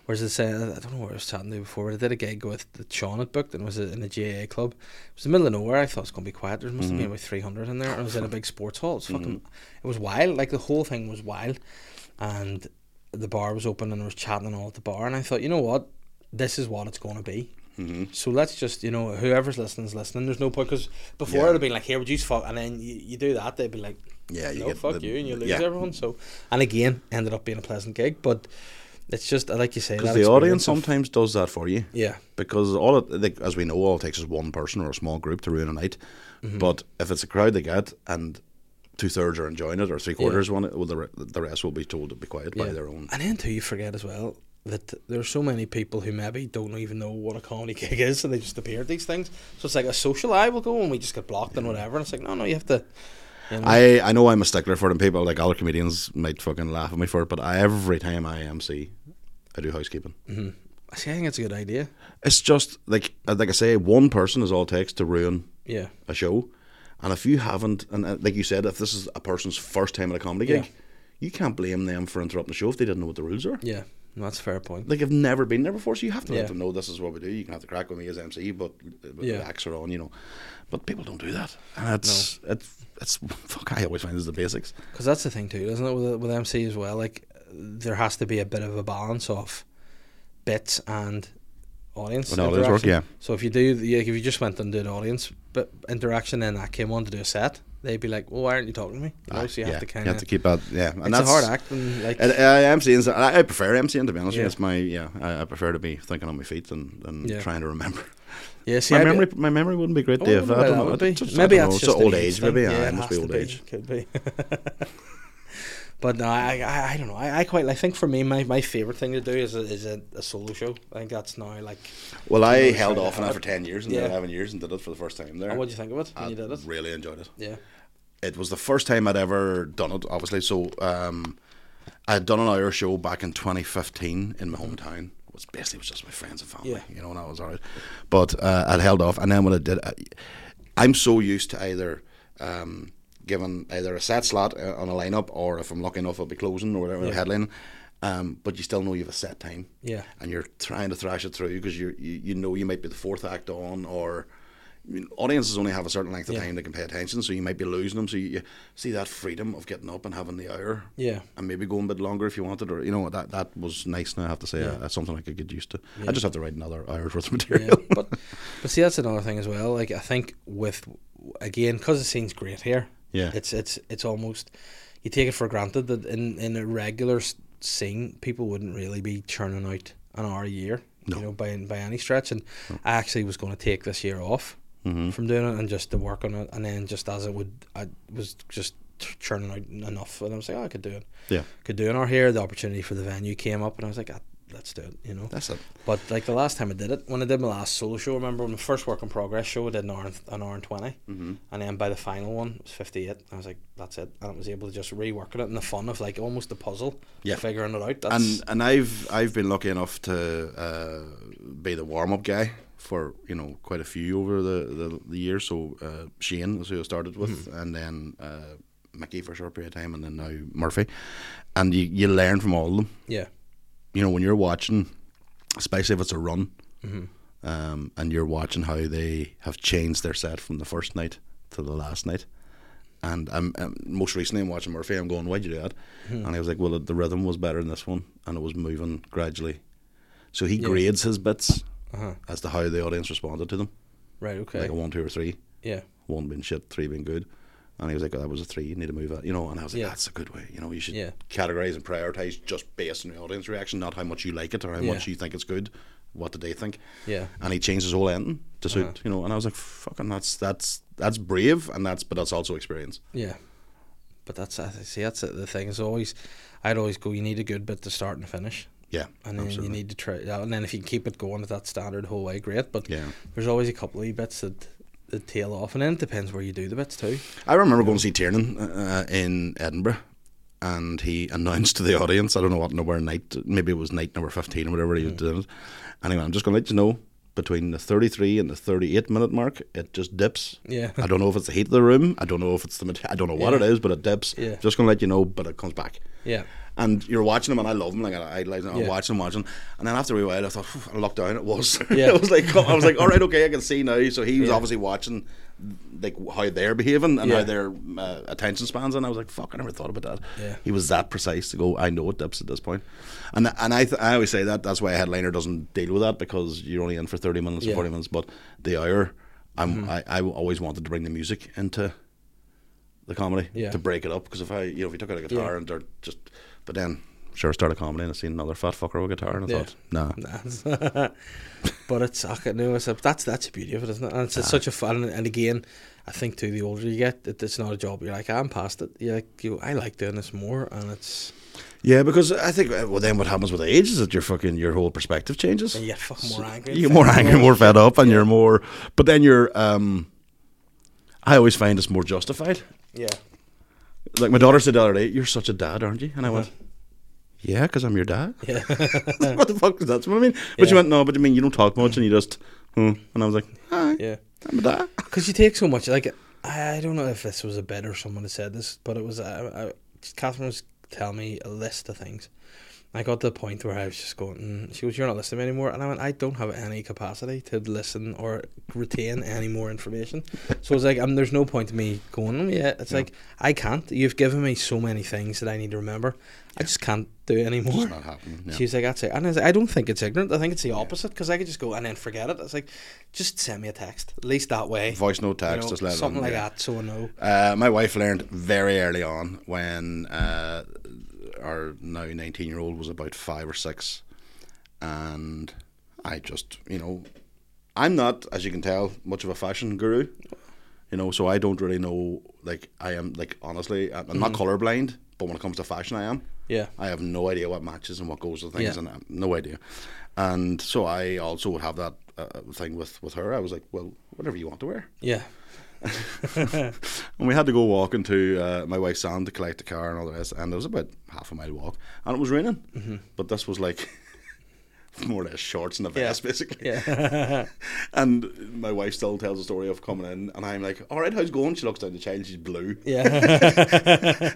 Whereas I say, I don't know where I was chatting to before, but I did a gig with that Sean had booked and it was in the GAA club. It was the middle of nowhere. I thought it was going to be quiet. There must have been about 300 in there. And it was in a big sports hall. It was fucking, it was wild. Like the whole thing was wild. And the bar was open and I was chatting and all at the bar. And I thought, you know what? This is what it's going to be. Mm-hmm. So let's just, you know, whoever's listening is listening. There's no point because before Yeah. it'd have been like, here, would you fuck? And then you, you do that, they'd be like, Yeah, you no, get fuck the- you, and you lose yeah. everyone. So, and again, ended up being a pleasant gig, but it's just uh, like you say, Because that the experience audience of- sometimes does that for you. Yeah. Because all it, like, as we know, all it takes is one person or a small group to ruin a night. Mm-hmm. But if it's a crowd they get and two thirds are enjoying it or three quarters want it, well, the, re- the rest will be told to be quiet by Yeah. their own. And then too, you forget as well that there are so many people who maybe don't even know what a comedy gig is, and they just appear at these things. So it's like a social eye will go, and we just get blocked and whatever. And it's like, no, no, you have to. You know, I, I know I'm a stickler for them. People like other comedians might fucking laugh at me for it, but I, every time I MC, I do housekeeping. see, I think it's a good idea. It's just like uh, like I say, one person is all it takes to ruin Yeah. a show. And if you haven't, and uh, like you said, if this is a person's first time at a comedy Yeah. gig, you can't blame them for interrupting the show if they didn't know what the rules are. Yeah, no, that's a fair point. Like, I've never been there before, so you have to Yeah. let them know this is what we do. You can have the crack with me as MC, but uh, but Yeah. the acts are on, you know. But people don't do that. And it's, it's, it's, fuck, I always find this is the basics. Because that's the thing too, isn't it? With with MC as well, like there has to be a bit of a balance of bits and audience And audience work, interaction. yeah. So if you do, the- like, if you just went and did audience but interaction, and I came on to do a set, they'd be like, "Well, why aren't you talking to me?" You know, so you Ah, Yeah, have to kind You of. have to keep that, yeah. And it's that's a hard act, and like And, uh, MCing, I I prefer MCing to be honest. with Yeah. you. It's my yeah. I, I prefer to be thinking on my feet than, than Yeah. trying to remember. Yeah, see, Oh, my I'd be- memory, my memory wouldn't be great, I Dave. wonder I where don't that know. would I be. just- I maybe don't that's know. just it's old an age age. Maybe thing. yeah, yeah, it must has be to old age. Could be. but no, I, I, I don't know. I, I quite. I think for me, my, my favorite thing to do is a, is a, a solo show. I think that's now like. Well, I Another held shout off on out. that for ten years and Yeah. then eleven years and did it for the first time there. What do you think of it when I you did it? really enjoyed it. Yeah. It was the first time I'd ever done it, obviously. So um, I'd done an hour show back in 2015 in my hometown. It was basically was just my friends and family, Yeah. you know, and that was all right. But uh, I'd held off, and then when I did, I, I'm so used to either um, giving either a set slot uh, on a lineup, or if I'm lucky enough, I'll be closing or whatever headline. Um, but you still know you have a set time, Yeah. and you're trying to thrash it through because you you you know you might be the fourth act on or. I mean, audiences only have a certain length of Yeah. time they can pay attention, so you might be losing them. So you, you see that freedom of getting up and having the hour, Yeah. and maybe going a bit longer if you wanted, or you know that that was nice. Now I have to say, uh, Yeah. that's something I could get used to. I just have to write another hour's worth of yeah, material. but but see, that's another thing as well. Like I think with again because the scene's great here. Yeah. it's it's it's almost you take it for granted that in in a regular s- scene people wouldn't really be churning out an hour a year. No. You know, by by any stretch, and I actually was going to take this year off Mm-hmm. from doing it and just to work on it, and then just as it would, I was just t- churning out enough, and I was like, oh, I could do it, yeah, could do an hour here. The opportunity for the venue came up, and I was like, ah, let's do it, you know. that's it. But like the last time I did it, when I did my last solo show, I remember my first work in progress show, I did an hour and, an hour and 20 mm-hmm. and then by the final one it was fifty eight. I was like, that's it, and I was able to just rework it and the fun of like almost the puzzle, Yeah. figuring it out. That's And and I've I've been lucky enough to uh, be the warm up guy for you know quite a few over the the, the year. So uh, Shane is who I started with, and then uh, Mickey for a short period of time, and then now Murphy, and you you learn from all of them. yeah, you know, when you're watching, especially if it's a run, um, and you're watching how they have changed their set from the first night to the last night. And I'm, i most recently I'm watching Murphy. I'm going, why'd you do that? And I was like, well, the rhythm was better in this one, and it was moving gradually. So he grades his bits Uh-huh. as to how the audience responded to them, right, okay, like a one, two, or three yeah, one being shit, three being good. And he was like, oh, that was a three, you need to move that, you know. And I was like, Yeah. that's a good way, you know, you should Yeah. categorize and prioritize just based on the audience reaction, not how much you like it or how Yeah. much you think it's good. What do they think? Yeah. Uh-huh. And he changed his whole ending to suit, you know. And I was like, fucking, that's that's that's brave, and that's but that's also experience. yeah. But that's I see that's it. the thing is always, I'd always go. You need a good bit to start and finish. Yeah, and then you need to try it out. And then if you can keep it going at that standard whole way, great. But Yeah. there's always a couple of bits that, that tail off, and then it depends where you do the bits too. I remember going to see Tiernan uh, in Edinburgh, and he announced to the audience, I don't know what number night, maybe it was night number 15 or whatever he was doing it. Anyway, I'm just going to let you know between the 33 and the 38 minute mark, it just dips. Yeah. I don't know if it's the heat of the room, I don't know if it's the material, I don't know what Yeah. it is, but it dips. Yeah. Just going to let you know, but it comes back. Yeah, And you're watching him, and I love him. Like I, I like, I'm Yeah. watching, watching, and then after a wee while, I thought, "Phew," I locked down. It was. Yeah. it was like oh, I was like, all right, okay, I can see now. So he was Yeah. obviously watching, like how they're behaving and Yeah. how their uh, attention spans, and I was like, fuck, I never thought about that. Yeah. He was that precise to go. I know it dips at this point, and and I th- I always say that that's why a headliner doesn't deal with that because you're only in for thirty minutes Yeah. Mm-hmm. or forty minutes, but the hour, I'm I, I always wanted to bring the music into the comedy Yeah. to break it up because if I you know if you took out a guitar Yeah. and they're just but then sure I started comedy and I seen another fat fucker with a guitar and I Yeah. thought nah That's- but it's I can know it's a, that's that's the beauty of it, isn't it? And it's, it's such a fun. And again, I think too, the older you get, it, it's not a job. You're like, I'm past it. You're like, you, I like doing this more, and it's yeah because I think uh, well then what happens with age is that your fucking your whole perspective changes you get fucking more angry. you get more angry more fed up and you're more but then you're um I always find it's more justified Yeah, like my daughter said the other day you're such a dad aren't you and I went yeah because I'm your dad yeah, what the fuck is that what I mean but she Yeah. went no but I mean you don't talk much and you just hmm. and I was like hi yeah. I'm a dad Because you take so much. Like I I don't know if this was a bit or someone had said this, but it was. uh, I, I, Catherine was telling me a list of things. I got to the point where I was just going. Mm. She goes, "You're not listening anymore," and I went, "I don't have any capacity to listen or retain any more information." so it's like, um, there's no point to me going. "Mm, Yeah, it's like I can't. You've given me so many things that I need to remember. I just can't do it anymore. It's not happening, yeah. She was like, "That's it," and I, was like, I don't think it's ignorant. I think it's the opposite because I could just go and then forget it. It's like, just send me a text. At least that way voice note you text know, just let it something on, like yeah. that. So I know. Uh, my wife learned very early on when uh, our now 19 year old was about five or six. And I just, you know, I'm not, as you can tell, much of a fashion guru. You know, so I don't really know. Like, I am like honestly, I'm I'm not colorblind, but when it comes to fashion, I am. Yeah. I have no idea what matches and what goes with things, Yeah. and I have no idea. And so I also would have that uh, thing with with her. I was like, well, whatever you want to wear. Yeah. And we had to go walking to uh, my wife's aunt to collect the car and all the rest. And it was about half a mile walk, and it was raining. Mm-hmm. But this was like more or less shorts and a Yeah. vest, basically. Yeah. And my wife still tells the story of coming in, and I'm like, "All right, how's it going?" She looks down the child, she's blue, yeah.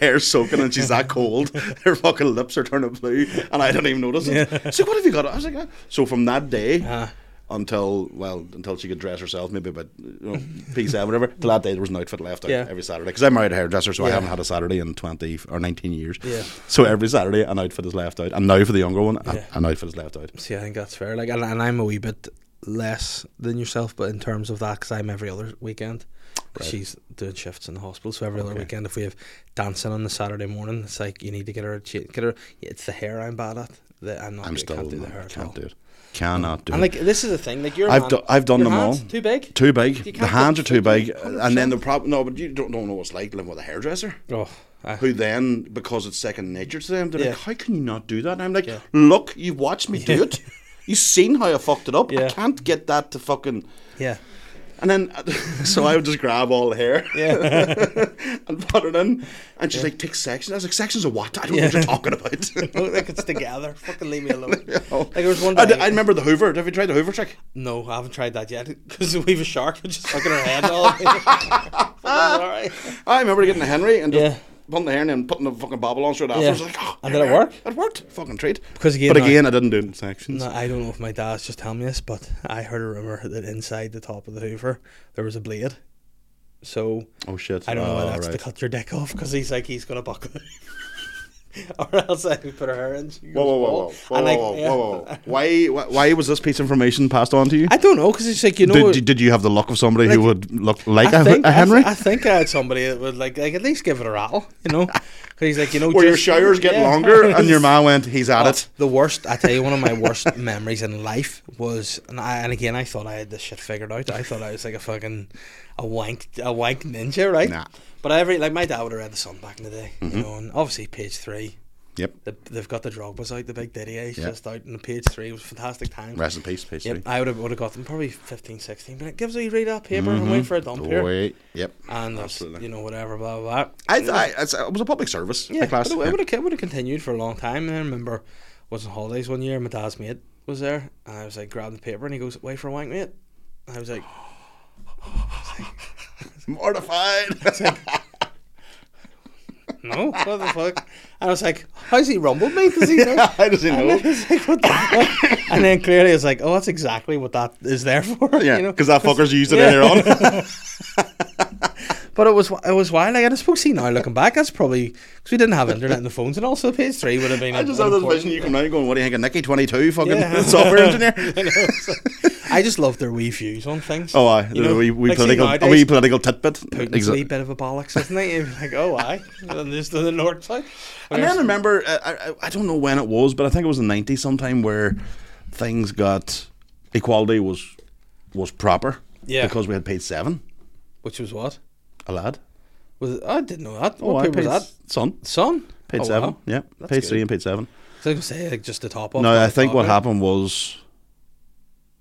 hair soaking, and she's that cold. Her fucking lips are turning blue, and I don't even notice it. She's like, "What have you got?" I was like, "Ah." "So from that day." Uh-huh. Until well, until she could dress herself, maybe about you know, P seven, whatever. Till that day, there was an outfit left out Yeah. every Saturday because I'm married a hairdresser, so I Yeah. haven't had a Saturday in twenty or nineteen years. Yeah. So every Saturday, an outfit is left out, and now for the younger one, a- Yeah. an outfit is left out. See, I think that's fair. Like, and, and I'm a wee bit less than yourself, but in terms of that, because I'm every other weekend. 'Cause Right. She's doing shifts in the hospital, so every other Okay. weekend, if we have dancing on the Saturday morning, it's like you need to get her. She, get her. It's the hair I'm bad at. The, I'm not. I'm good- still can't do the not- hair at all. can't do it. Cannot do And it. like this is the thing. Like your I've hand, do- I've done your them hands all. Too big. Too big. You can't The hands are fit too big, through, and then the problem. No, but you don't, don't know what it's like living with a hairdresser. Oh, I, Who then, because it's second nature to them, they're Yeah. like, "How can you not do that?" And I'm like, Yeah. "Look, you watched me do it. You've seen how I fucked it up. Yeah. I can't get that to fucking." yeah. And then, so I would just grab all the hair Yeah. and put it in, and she's like, "Take sections." I was like, "Sections of what? I don't know what Yeah. you're talking about." Look like it's together. Fucking leave me alone. like there was one I, d- day- I remember the Hoover. Have you tried the Hoover trick? No, I haven't tried that yet because we have a shark and just fucking her head all. Alright. I remember getting a Henry and just Yeah. putting the hair in and putting the fucking bobble on straight afterwards. Like, oh, And did it work? It worked. Fucking treat. Because again, but I- again, I, didn't do it in sections. No, I don't know if my dad's just telling me this, but I heard a rumor that inside the top of the Hoover there was a blade. So Oh shit! I don't know oh, whether that's to right. cut your dick off because he's like he's gonna buckle. or else I would put her hair in. She Whoa, goes, whoa, whoa, "Oh." whoa, whoa, And, like, whoa, yeah. whoa, whoa, whoa! Why, why, why was this piece of information passed on to you? I don't know because it's like you know. did, did, did you have the luck of somebody who would look like I a, think a Henry? I, th- I think I had somebody that would like like at least give it a rattle, you know, because he's like you know. Where your just- showers get yeah. longer and your man went, he's at Oh, it. The worst, I tell you, one of my worst memories in life was, and, I, and again, I thought I had this shit figured out. I thought I was like a fucking a wank, a wank ninja, right? Nah. Mm-hmm. But every like my dad would have read the Sun back in the day, you know, and obviously page three. Yep. The, they've got the Drogba's out, the big Didier's Yeah. just out, and the page three was a fantastic time. Rest in peace, peace. Yep, I would have would have got them probably 15, 16, but it gives a read up paper and wait for a dump here, Wait. Yep. and there's, Mm-hmm. Oh, Absolutely. you know whatever blah blah. blah. I, I, it's- uh, it was a public service. Yeah, I class. but it, Yeah. would have it would have continued for a long time. And I remember I was on holidays one year. My dad's mate was there, and I was like grabbing the paper, and he goes, "Wait for a wank, mate." And I was like, Mortified. "No, what the fuck?" And I was like, "How's he rumbled me?" Does he know? How does he And then, know? I was like, what the fuck? and then clearly it's like, oh, that's exactly what that is there for. Yeah, you know? because that fucker's used it Yeah. earlier on. But it was it was wild. Like, and I suppose see now looking back, that's probably because we didn't have internet and the phones, and also page three would have been. I just have this important. vision you come around going, what do you think of Nicky 22 fucking Yeah. software engineer? You know, it's like- I just love their wee views on things. Oh, aye. You know, we, we like, see, political, a nowadays, wee political titbit. Putin's Exa- a wee bit of a bollocks, isn't he? You're like, oh, aye. And there's the north side. And then I remember, uh, I, I- I don't know when it was, but I think it was the 90s sometime where things got, equality was was proper. Yeah. Because we had paid seven, Which was what? a lad. Oh, Was it, Oh, I didn't know that. what I paper paid, was that? Son. Son? Paid Oh, seven. wow. Yeah. That's paid good. three and paid seven. So I was gonna say, like, just the top off. No, not I the think top what out. happened was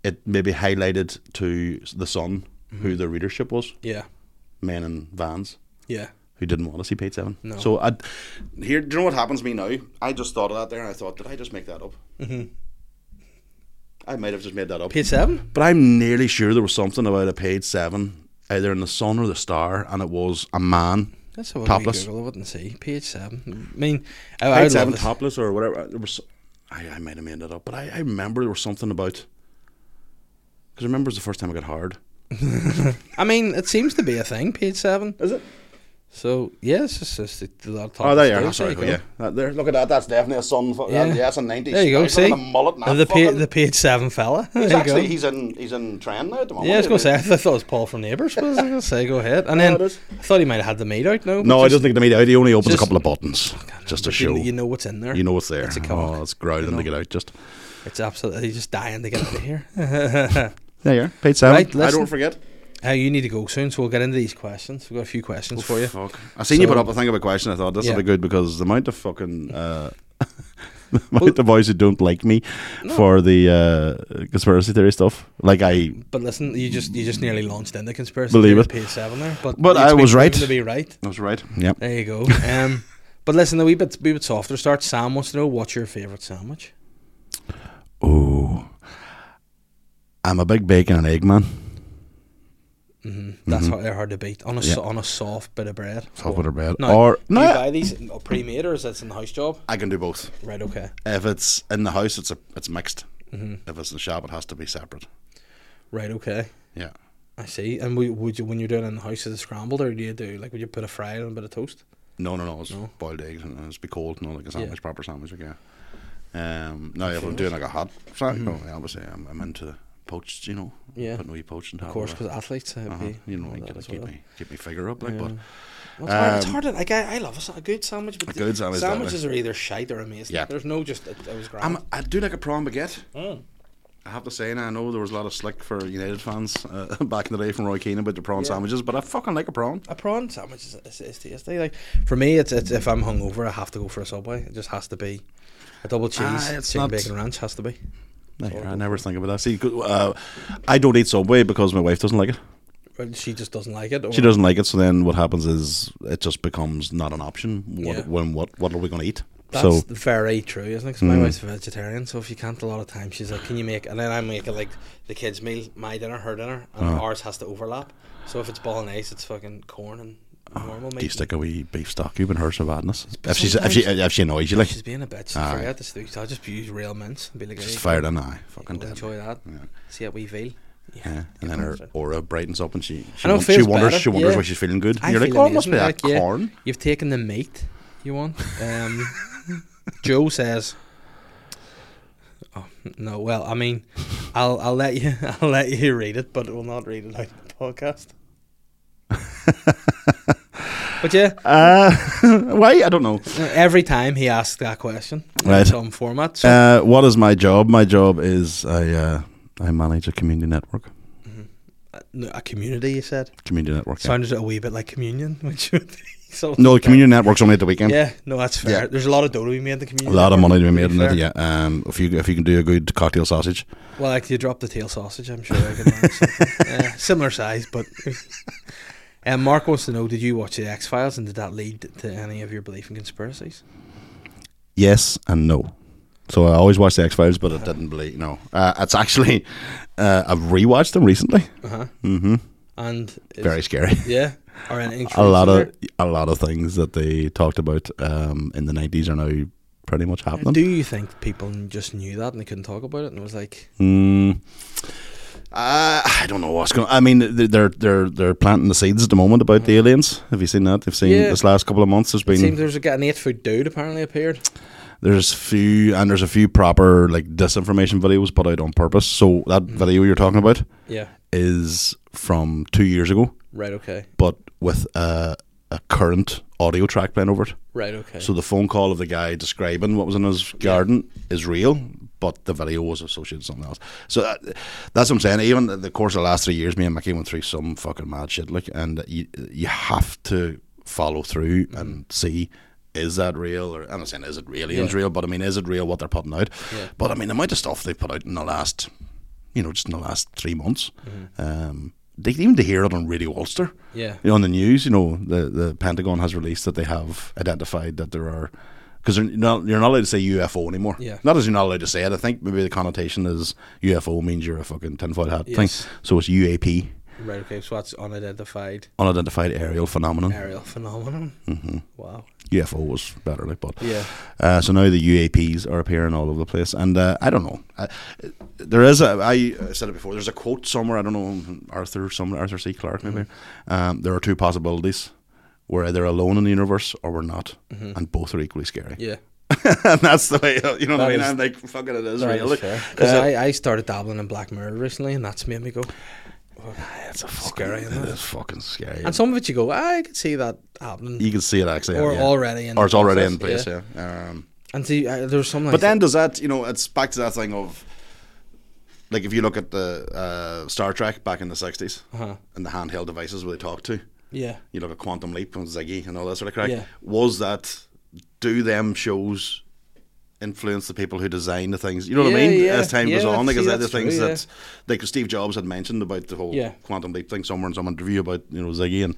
it maybe highlighted to the Sun Mm-hmm. who their readership was Yeah. men in vans Yeah. who didn't want to see paid seven. No. So I here, do you know what happens to me now? I just thought of that there, and I thought, did I just make that up? Mm-hmm. I might have just made that up. Page seven? But I'm nearly sure there was something about a paid seven, either in the Sun or the Star, and it was a man. That's what I Topless. Google. I wouldn't see. Page seven. I mean, I, I Paid would seven, love this. topless, or whatever. There was, I, I might have made it up, but I, I remember there was something about. Because I remember it was the first time I got hard. I mean, it seems to be a thing, page seven. Is it? So, yeah, it's just, it's just a lot of top. Oh, there you are. Sorry, Sorry, yeah. That there, look at that. That's definitely a sun. fu- Yeah. Yeah, that's a nineties. There you go. See Look at the mullet. and that the, pa- fucking- the page seven fella. There he's you actually go. he's in he's in trend now at the moment. Yeah, I was going to isn't say, I thought it was Paul from Neighbours, but I was going to say, go ahead. And then it is. I thought he might have had the meat out now. he? No, I don't think the media. He only opens Just- Oh, a couple of buttons just to But show. You, you know what's in there. what's there. It's a oh, cock. it's growling You know. to get out. Just It's absolutely he's just dying to get out of here. There you are. Page seven. Right, I listen. don't forget. Uh, you need to go soon, so we'll get into these questions. We've got a few questions for you. Fuck. I seen you So- put up a thing of a question. I thought this Yeah. will be good because the amount of fucking. Uh, the amount of boys who don't like me for the uh, conspiracy theory stuff. Like I, But listen, you just you just nearly launched into conspiracy. Believe theory it. Page seven there, but But it's I been was right. proven To be right. that's right. Yeah. There you go. Um, but listen, a wee bit wee bit softer start. Sam wants to know what's your favourite sandwich. Oh, I'm a big bacon and egg man. That's Mm-hmm. hard, they're hard to beat on a so- on a soft bit of bread. Top of the bread. No, or do you no, buy these pre-made or is that in the house job? I can do both. Right. Okay. If it's in the house, it's a it's mixed. Mm-hmm. If it's in the shop, it has to be separate. Right. Okay. Yeah. I see. And would, would you when you're doing it in the house is it scrambled or do you do like would you put a fry and a bit of toast? No, no, no. It's boiled eggs and it's be cold, no, like a sandwich, proper sandwich, like, yeah. Um, no, if I'm doing like a hot sandwich, no, yeah, obviously I'm, I'm into poached, you know. Mm-hmm. Yeah. Putting a wee poached on top Of course, it. because athletes, uh, Oh, Uh-huh, be you know, like like, that as keep, well. me, keep me figure up, like, but Well, it's, hard, it's Um, hard. to- Like I, I love a, sa- a good sandwich, but A good sandwich is sandwiches are either shite or amazing. Yeah. There's no just it, it was grand. I'm, I do like a prawn baguette. Mm. I have to say, and I know there was a lot of slick for United fans uh, back in the day from Roy Keane about the prawn sandwiches, but I fucking like a prawn. a prawn sandwich is, is, is tasty. Like for me, it's, it's if I'm hungover, I have to go for a Subway. It just has to be a double cheese, Ah, it's chicken not- bacon ranch has to be. I never think about that. See, 'cause, uh, I don't eat Subway because my wife doesn't like it. Well, She just doesn't like it. Or, She doesn't like it, so then what happens is it just becomes not an option. What, Yeah. When what what are we going to eat? That's so Hmm. very true, isn't it? 'Cause my wife's a vegetarian, so if you can't, a lot of times she's like, "Can you make?" And then I make it like the kids' meal, my dinner, her dinner, and Uh-huh. ours has to overlap. So if it's bolognese, it's fucking corn and Ah, normal meat. do you stick a wee beef stock cube in her savanness? If she's if she if she annoys you like She's being a bitch. Aye. forget this. Dude. I'll just use real mints and be like, just "Hey, fired an eye, fucking you'll dead. enjoy that. See how we feel. Yeah. And then her aura brightens up and she she, I know, won- it she feels wonders better, she wonders yeah. why she's feeling good. I You're like, feel oh, it must be amazing, that like, yeah. corn. You've taken the meat you want. Um, Joe says, "Oh no, well, I mean, I'll I'll let you I'll let you read it, but we'll not read it out in the podcast." but yeah, Uh, Why I don't know. every time he asks that question in Right. some format, so Uh, what is my job? My job is I uh, I manage a community network. no, a community. You said Community network. yeah. sounded a wee bit like communion, which would be something. No, the community network's only at the weekend. Yeah, no, that's fair. Yeah. There's a lot of dough to be made in the community. A lot of money to be made in fair. it, yeah. Um, if you if you can do a good cocktail sausage, Well, like you drop the tail sausage, I'm sure I can manage something. uh, similar size, but. Um, Mark wants to know: Did you watch the X Files, and did that lead to any of your belief in conspiracies? yes and no. So I always watched the X Files, but I Uh-huh. didn't believe. No, uh, it's actually uh, I've rewatched them recently. Uh-huh. Mm-hmm. And is- Very scary. yeah, or anything? a lot truth in of a lot of things that they talked about um, in the nineties are now pretty much there? happening. Do you think people just knew that and they couldn't talk about it, and it was like, Mm. Uh, I don't know what's going. I mean, they're- they're they're they're planting the seeds at the moment about the aliens. Have you seen that? They've seen Yeah. this last couple of months. There's it been seems there's a an eight foot dude apparently appeared. there's few and there's a few proper like disinformation videos put out on purpose. So that Mm. video you're talking about Yeah, is from two years ago, right. Okay, but with a, a current audio track playing over it. right. Okay. So the phone call of the guy describing what was in his garden is real, but the video was associated with something else. So that, that's what I'm saying. Even the- the course of the last three years, me and Mickey went through some fucking mad shit, like, and you you have to follow through Mm-hmm. and see. Is that real? Or I'm not saying is it aliens Yeah. real, but I mean, is it real what they're putting out? Yeah. But I mean, the amount of stuff they put out in the last, you know, just in the last three months, Mm-hmm. um, they, even to hear it on Radio Ulster, yeah, you know, on the news, you know, the, the Pentagon has released that they have identified that there are because you're not you're not allowed to say UFO anymore. Yeah. Not as you're not allowed to say it. I think maybe the connotation is UFO means you're a fucking tinfoil hat Yes. thing. So it's UAP, right. Okay, so that's unidentified unidentified aerial phenomenon. aerial phenomenon. Mm-hmm. Wow. UFO was better, like, but Yeah. Uh, so now the UAPs are appearing all over the place, and uh, I don't know. I, there is a I uh, said it before. There's a quote somewhere. I don't know Arthur some Arthur C. Clarke maybe. Mm-hmm. Um, there are two possibilities: we're either alone in the universe or we're not, and both are equally scary. Mm-hmm. Yeah. and that's the way you know what That I mean. is- I'm like, fucking, it is That real. is fair. 'Cause I, I started dabbling in Black Mirror recently, and that's made me go. It's a fucking, Scary, It isn't it? is fucking scary. And some of it you go, "Ah, I could see that happening, you can see it actually, or yeah. already in, or it's already process, in place. Yeah. Um, And see, uh, there's some. But then does that, you know, it's back to that thing of like if you look at the uh, Star Trek back in the 60s and the handheld devices where they talk to, Yeah. you look at Quantum Leap and Ziggy and all that sort of crap. Yeah. Was that do them shows influence the people who design the things? You know what Yeah, I mean? yeah, As time goes yeah, on, like see, is that the that's things true, that like Steve Jobs had mentioned about the whole Yeah. Quantum Leap thing somewhere in some interview about you know Ziggy and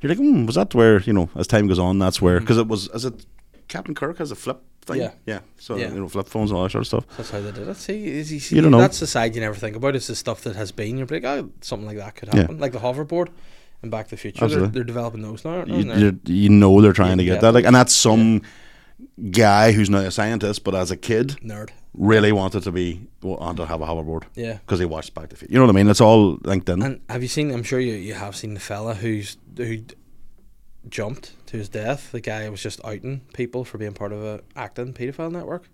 you're like, hmm, was that where you know as time goes on that's where because it was as it Captain Kirk has a flip thing, Mm-hmm. Yeah. yeah. So Yeah. you know flip phones and all that sort of stuff. That's how they did it. See, is he, You don't know. That's the side you never think about. It's the stuff that has been. You're like, oh, something like that could happen, like the hoverboard and Back to the Future. They're, Absolutely. they're developing those now, aren't they? you, And they're- you're- you know they're trying to Yeah. get that. Like, and that's some guy who's not a scientist, but as a kid, nerd. really wanted to be wanted to have a hoverboard. Yeah. because he watched Back to the Future. You know what I mean? It's all linked in. And have you seen? I'm sure you, you have seen the fella who's who d- jumped to his death. The guy who was just outing people for being part of a acting paedophile network.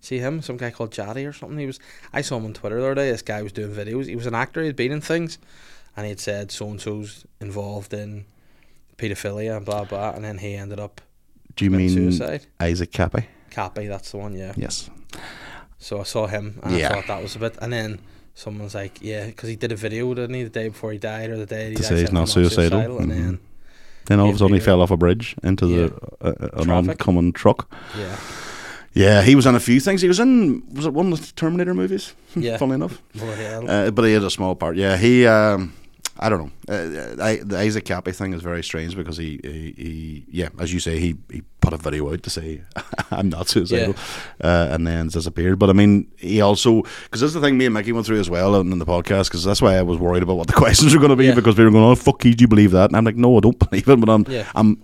See him? Some guy called Jaddy or something. He was. I saw him on Twitter the other day. This guy was doing videos. He was an actor. He'd been in things, and he had said so and so's involved in paedophilia and blah blah. And then he ended up Do you mean suicide. Isaac Cappy? Cappy. That's the one. Yeah. Yes. So I saw him and Yeah. I thought that was a bit. And then someone's like, yeah, because he did a video, didn't he, the day before he died or the day he To died, say he's said, "I'm not suicidal." And Mhm. then, Then all of Yeah, a sudden he yeah. fell off a bridge into the uh, uh, an Traffic. oncoming truck. yeah. Yeah, he was in a few things. He was in was it one of the Terminator movies? Yeah. Funnily enough, Well, yeah, uh, but he had a small part. Yeah, he. Um, I don't know. Uh, I, the Isaac Cappy thing is very strange because he, he, he yeah, as you say, he, he put a video out to say I'm not suicidal, uh, and then disappeared. But I mean, he also because that's the thing me and Mickey went through as well in, in the podcast because that's why I was worried about what the questions were going to be Yeah. because people were going, oh fuck, you, do you believe that? And I'm like, no, I don't believe it, but I'm Yeah. I'm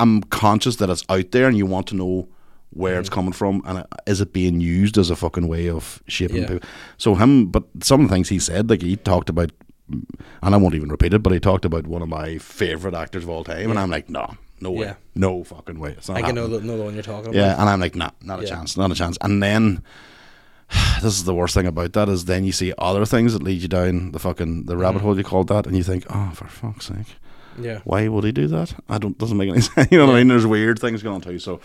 I'm conscious that it's out there and you want to know where Mm. it's coming from and uh, is it being used as a fucking way of shaping Yeah. people. So him, but some of the things he said, like he talked about, and I won't even repeat it, but he talked about one of my favorite actors of all time, and I'm like, no, no way, Yeah. no fucking way, it's not I can know happening. the, know the one you're talking about. Yeah, and I'm like, nah, not a Yeah. chance, not a chance. And then this is the worst thing about that is then you see other things that lead you down the fucking the Mm. rabbit hole you called that, and you think, oh, for fuck's sake Yeah. why would he do that? I don't doesn't make any sense. You know what I mean? There's weird things going on too. So,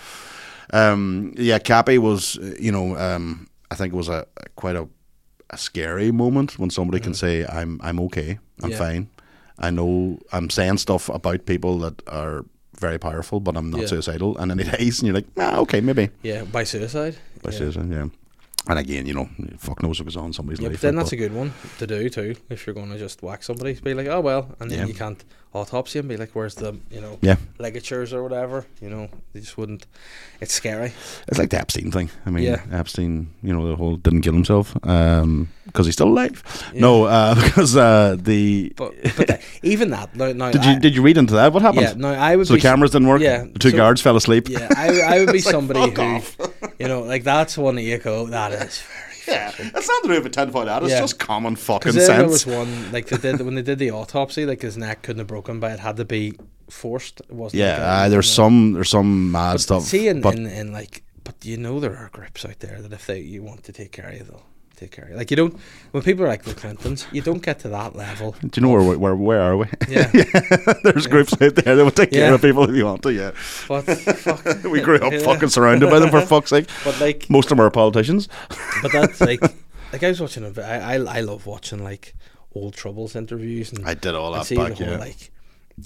um, yeah, Cappy was uh, you know um, I think it was a, a- quite a, a scary moment when somebody can say I'm I'm okay, Mm. I'm Yeah. fine. I know I'm saying stuff about people that are very powerful, but I'm not Yeah. suicidal. And then it is, and you're like, ah, okay, maybe. Yeah, by suicide. By yeah. suicide, yeah. And again, you know, fuck knows what goes on in somebody's Yeah, life. but then like, that's a good one to do too. If you're going to just whack somebody, be like, oh well, and then Yeah. you can't autopsy and be like, where's the you know Yeah. ligatures or whatever. You know, they just wouldn't. It's scary. It's like the Epstein thing. I mean, Yeah. Epstein, you know, the whole didn't kill himself because he's still alive. No, uh, because uh, the But, but that- even that. No, no, did I, you did you read into that? What happened? yeah, no, I would so the be s- cameras didn't work. yeah, the two so- guards fell asleep. Yeah, I, I would be like, somebody fuck who, off. you know, like that's one that you go, that is very Yeah, that's not the way of a ten foot ad. It's Yeah. just common fucking Because then there was sense. one like they did when they did the autopsy, like his neck couldn't have broken, but it had to be forced. It wasn't. Yeah, like a- uh, there's some there's some mad stuff. See, and, but and, and like, but you know there are groups out there that if they you want to take care of you, they'll take care of you. Like you don't when people are like the Clintons, you don't get to that level. do you know where we- where where are we? Yeah, there's groups out there that will take care Yeah. of people if you want to. Yeah, but fuck, we grew up Yeah. fucking surrounded by them for fuck's sake. But like, Most of them are politicians. but that's like, like I was watching. a vi- I I, I love watching like old troubles interviews and I did all and that see back. the whole yeah. like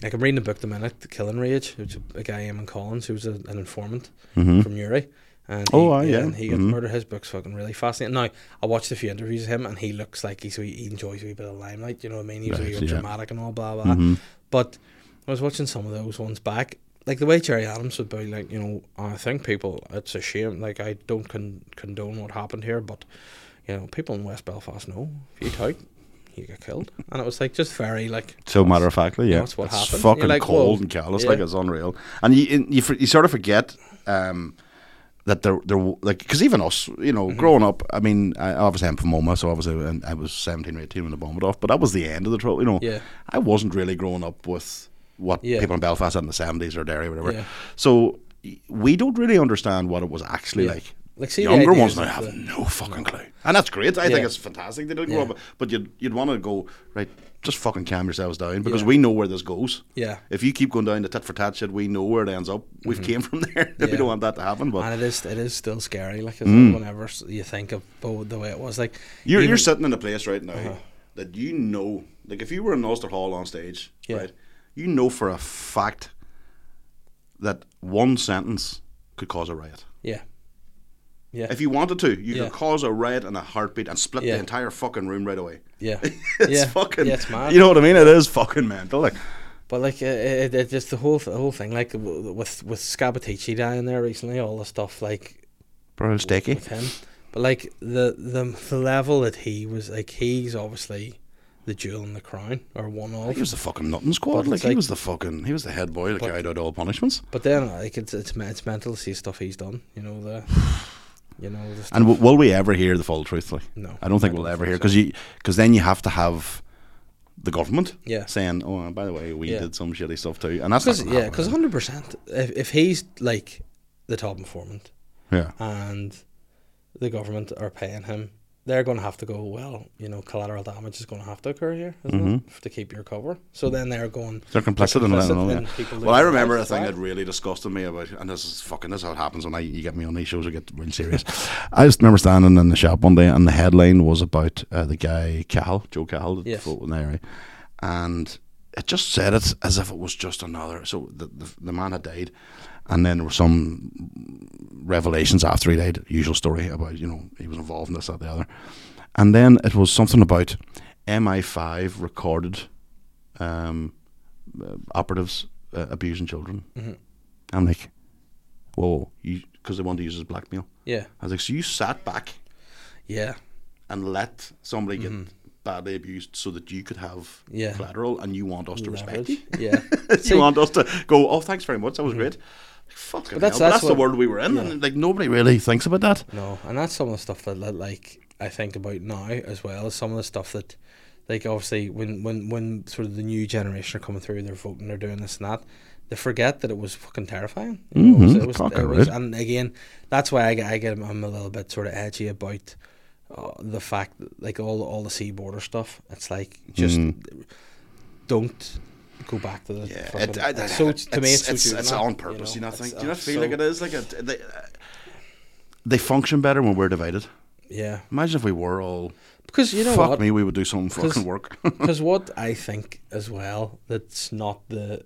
like I'm reading a book at the minute, The Killing Rage, which a guy Eamon Collins who was a, an informant from Uri. And he, Mm-hmm. Oh, aye, yeah. and he got Mhm. murdered. His book's fucking really fascinating. Now I watched a few interviews of him, and he looks like he's he enjoys a wee bit of limelight. You know what I mean? He was a Right, wee bit yeah. Mm-hmm. dramatic and all blah blah. But I was watching some of those ones back, like the way Jerry Adams would be like, you know, I think people, it's a shame. Like I don't con- condone what happened here, but you know, people in West Belfast know if you type, you get killed. And it was like just very like So matter of factly, yeah, that's what it's happened. You're fucking like, cold whoa. and callous, Yeah. like it's unreal. And you and you, for- you sort of forget um, that there there w- like because even us, you know, Mm-hmm. growing up. I mean, I, obviously I'm from Oma, so obviously when I was 17 or 18 when the bomb went off, but that was the end of the trouble. You know, Yeah. I wasn't really growing up with what Yeah. people in Belfast had in the 70s or Derry or whatever. Yeah. So y- we don't really understand what it was actually Yeah. like. Like, see the Younger ideas ones now of the- have no fucking clue, and that's great. I Yeah. think it's fantastic they didn't Yeah. grow up, but you'd you'd want to go right. Just fucking calm yourselves down because Yeah. we know where this goes. Yeah. Mm-hmm. If you keep going down to tit for tat shit, we know where it ends up. We've came from there. Yeah. we don't want that to happen. But Hmm. And it is it is still scary. Like it's whenever s- you think of oh, the way it was, like You're, even- Uh-huh. you're sitting in a place right now that you know, like if you were in Ulster Hall on stage, Yeah. right, you know for a fact that one sentence could cause a riot. yeah, yeah, If you wanted to, you Yeah. could cause a riot in a heartbeat and split Yeah. the entire fucking room right away. yeah, It's yeah. fucking, yeah, it's mad. you know what I mean? It is fucking mental. Like, But like uh, it, it, just the whole the whole thing, like w- with with Scabatici down there recently, all the stuff like bro, sticky. with him. But like the the, the level that he was like, he's obviously the jewel in the crown or one He of. was the fucking nothing squad. But Like, it's he like- was the fucking, he was the head boy that But- carried out all punishments. But then like it's it's, men- it's mental to see stuff he's done. You know the, you know the stuff. And w- will we ever hear the full truth? Like, No, I don't think I we'll don't ever think hear so. because you because then you have to have the government Yeah. saying, "Oh, and by the way, we Yeah. did some shitty stuff too," and that's not Cause, gonna yeah, happen, because is hundred percent. If if he's like the top informant it? yeah, and the government are paying him, they're going to have to go. Well, you know, collateral damage is going to have to occur here, isn't it, Mm-hmm. F- to keep your cover? So then they're going. they're complicit complicit in letting them know, in yeah. people Well, I losing remember a lives, thing right? that really disgusted me about, and this is fucking this is how it happens when I you get me on these shows, I get real serious. I just remember standing in the shop one day, and the headline was about uh, the guy Cahill, Joe Cahill, the Yes. foot with an eye, right? and it just said it as if it was just another. So the the, the man had died. And then there were some revelations after he died. Usual story about you know he was involved in this that the other, and then it was something about MI5 recorded um, uh, operatives uh, abusing children. I'm like, whoa, because they wanted to use it as blackmail. Yeah, I was like, so you sat back yeah, and let somebody get badly abused so that you could have Mm-hmm. Yeah. collateral, and you want us to respect you. leverage. Yeah, See, you want us to go, oh, thanks very much, that was great. Like, fucking Mm-hmm. that's- that's that's, hell, but that's, the what- world we were in, and like nobody really thinks about that. No, and that's some of the stuff that, that like I think about now as well as some of the stuff that like obviously when when when sort of the new generation are coming through, they're voting, they're doing this and that. They forget that it was fucking terrifying. You know, Mhm, it was, it was, fucking it was, right. and again, that's why I, get- I get I'm a little bit sort of edgy about uh, the fact that, like all all the sea border stuff. It's like just Mm. don't go back to the Yeah, fucking- it, I, I, it's so it's, to me it's, so it's, it's juvenile, on purpose. You know, I it's- think. Do uh, you not feel so- like it is? Like it, they, they function better when we're divided. Yeah, Imagine if we were all. because you know fuck what? me, we would do some fucking Because- work. Because what I think as well that's not the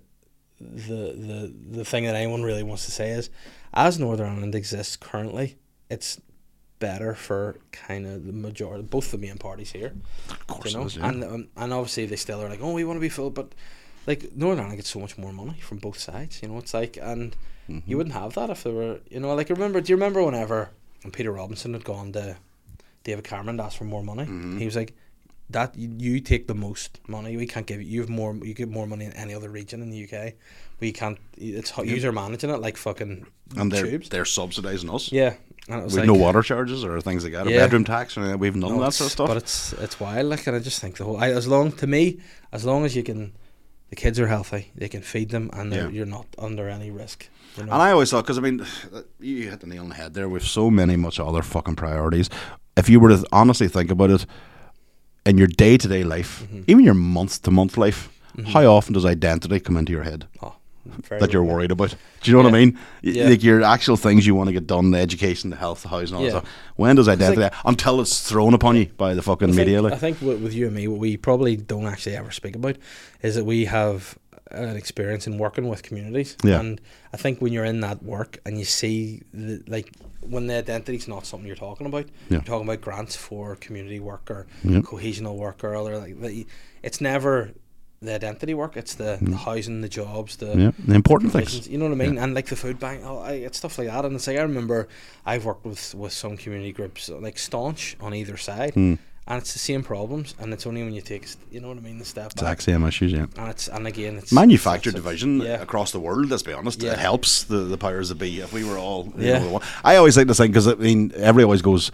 the the the thing that anyone really wants to say is, as Northern Ireland exists currently, it's better for kind of the majority, both the main parties here, of you course, it know, is, yeah. and um, and obviously they still are like, oh, we want to be full, but like Northern Ireland gets so much more money from both sides, you know, it's like, and you wouldn't have that if there were, you know, like I remember, do you remember whenever Peter Robinson had gone to David Cameron to ask for more money, he was like that you- you take the most money. We can't give you. You have more. You get more money in any other region in the UK. We can't. It's how user managing it like fucking and they're tubes. they're subsidizing us. Yeah, and it was We've like no water charges or things like that, or Yeah. bedroom tax, or anything. we have none of that sort of stuff. But it's it's wild. Like, and I just think the whole. I, as long to me, as long as you can, the kids are healthy. They can feed them, and they're Yeah. Ah. you're not under any risk. You know? And I always thought, because I mean, you hit the nail on the head there with so many much other fucking priorities. If you were to honestly think about it, in your day to day life, Mm-hmm. even your month to month life, how often does identity come into your head Oh, very that you're well. worried about? Do you know what I Yeah. mean? Y- Yeah. Like your actual things you want to get done, the education, the health, the housing, all Yeah. that stuff. When does identity, until it's thrown upon you by the fucking I think- media, I like, think wi- with you and me, what we probably don't actually ever speak about is that we have an experience in working with communities. Yeah. And I think when you're in that work and you see, the, like, when the identity's not something you're talking about, Yeah. you're talking about grants for community work or Yeah. cohesional work or other, like, the, it's never the identity work, it's the, the housing, the jobs, the Mm. yeah, the important things. you know what I mean? And like the food bank, oh, I, it's stuff like that. And it's like I remember I've worked with with some community groups like staunch on either side, and it's the same problems. And it's only when you take, a st- you know what I mean, the step back. Exact same issues, yeah. And it's and again, it's manufactured it's- division Yeah, across the world. Let's be honest, Yeah. it helps the, the powers that be. If we were all, you Yeah. know, the one. I always like this thing because I mean, everybody always goes,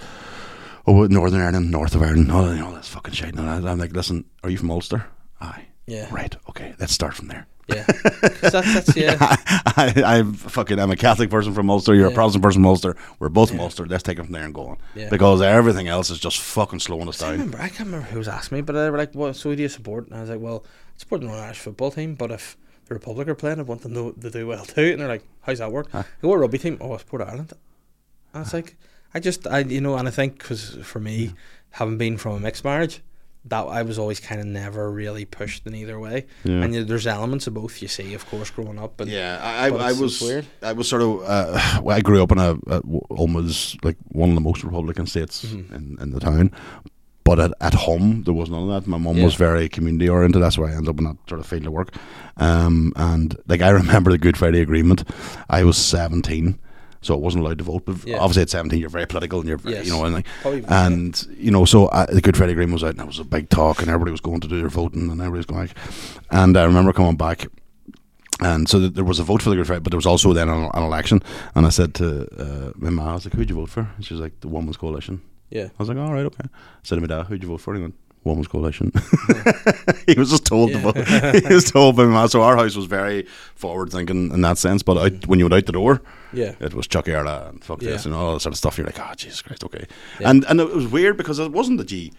"Oh, Northern Ireland, North of Ireland, oh, you know, that's fucking shit." And I- I'm like, "Listen, are you from Ulster? Aye, Yeah. right, okay, let's start from there. Yeah, 'Cause that's, that's yeah. I, I fucking I'm a Catholic person from Ulster. You're a Yeah. Protestant person from Ulster. We're both from Ulster. Let's take it from there and go on. Yeah. Because everything else is just fucking slowing us I down. remember I can't remember who was asking me, but they were like, "What? So who do you support?" And I was like, "Well, I support the Northern Irish football team, but if the Republic are playing, I want them to, to do well too." And they're like, "How's that work?" I go, "What rugby team? Oh, I support Ireland." And it's like, I just, I you know, and I think because for me, having been from a mixed marriage, that I was always kind of never really pushed in either way. Yeah. And you, there's elements of both you see, of course, growing up. And Yeah, I, But I, I it's- was it's weird. I was sort of uh, well, I grew up in a, a almost like one of the most Republican states Mm-hmm. in, in the town, but at, at home there was none of that. My mum was Yeah. very community oriented. That's why I ended up in that sort of field of work. Um, and like I remember the Good Friday Agreement. I was seventeen. So I wasn't allowed to vote, but Yeah. obviously at seventeen you're very political and you're, very, Yes. you know, and like, Probably- and you know, so I, the Good Friday Agreement was out, and it was a big talk, and everybody was going to do their voting, and everybody was going, and I remember coming back, and so th- there was a vote for the Good Friday, but there was also then an, an election. And I said to uh, my mum, I was like, who'd you vote for? And she was like, the Women's Coalition. yeah, I was like, all right, okay. I said to my dad, who'd you vote for? And he went, Women's Coalition. he was just told to vote. he was told by my mum. So our house was very forward thinking in that sense. But out, when you went out the door, yeah, it was Chuck Erla and fuck this Yeah. and all that sort of stuff. You're like, oh, Jesus Christ, okay. Yeah. And and it was weird because it wasn't that you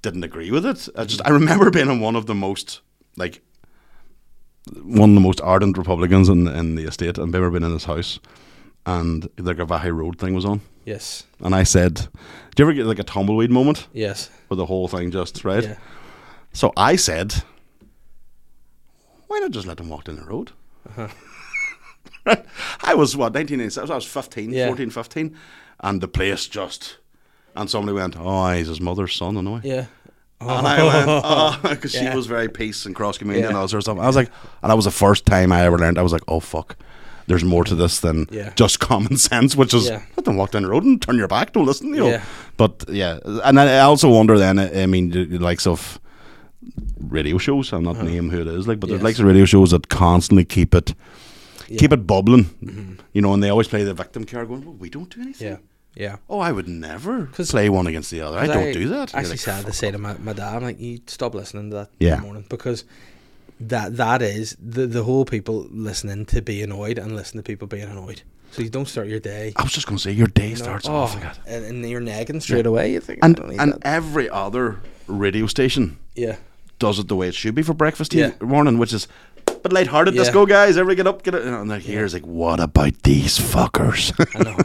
didn't agree with it. I just I remember being in one of the most like one of the most ardent Republicans in in the estate, and remember being in his house, and the Gavahi Road thing was on, yes, and I said, "Do you ever get like a tumbleweed moment yes, where the whole thing just right?" yeah. So I said, why not just let them walk down the road? I was, what, 1987, I was 15, Yeah. 14, 15, and the place just. And somebody went, oh, he's his mother's son, and I. Yeah. And I went, oh, because Yeah. she was very peace and cross community and Yeah. all that sort of stuff. I was like, and that was the first time I ever learned, I was like, oh, fuck. There's more to this than Yeah. just common sense, which is Yeah. let them walk down the road and turn your back, don't listen, you know. Yeah. But yeah, and I I also wonder then, I I mean, the the likes of radio shows. I'm not name who it is, like, but Uh-huh. Yes. there's likes of radio shows that constantly keep it, Yeah. Mm-hmm. keep it bubbling, you know, and they always play the victim card, going, "Well, we don't do anything." Yeah. Yeah. Oh, I would never play one against the other. I don't do that. I You're actually like, sad to say to my, my dad, I'm like, you stop listening to that in Yeah. the morning because that that is the the whole people listening to be annoyed and listen to people being annoyed. So you don't start your day. I was just going to say, your day you know, Ah, starts oh, off like that. and, and you're nagging straight away. You think, I And don't need and that. every other radio station yeah, does it the way it should be for breakfast Yeah. in the morning, which is. But lighthearted, let's Yeah. go, guys. Everybody get up, get it. And they're here. It's like, what about these fuckers? I know.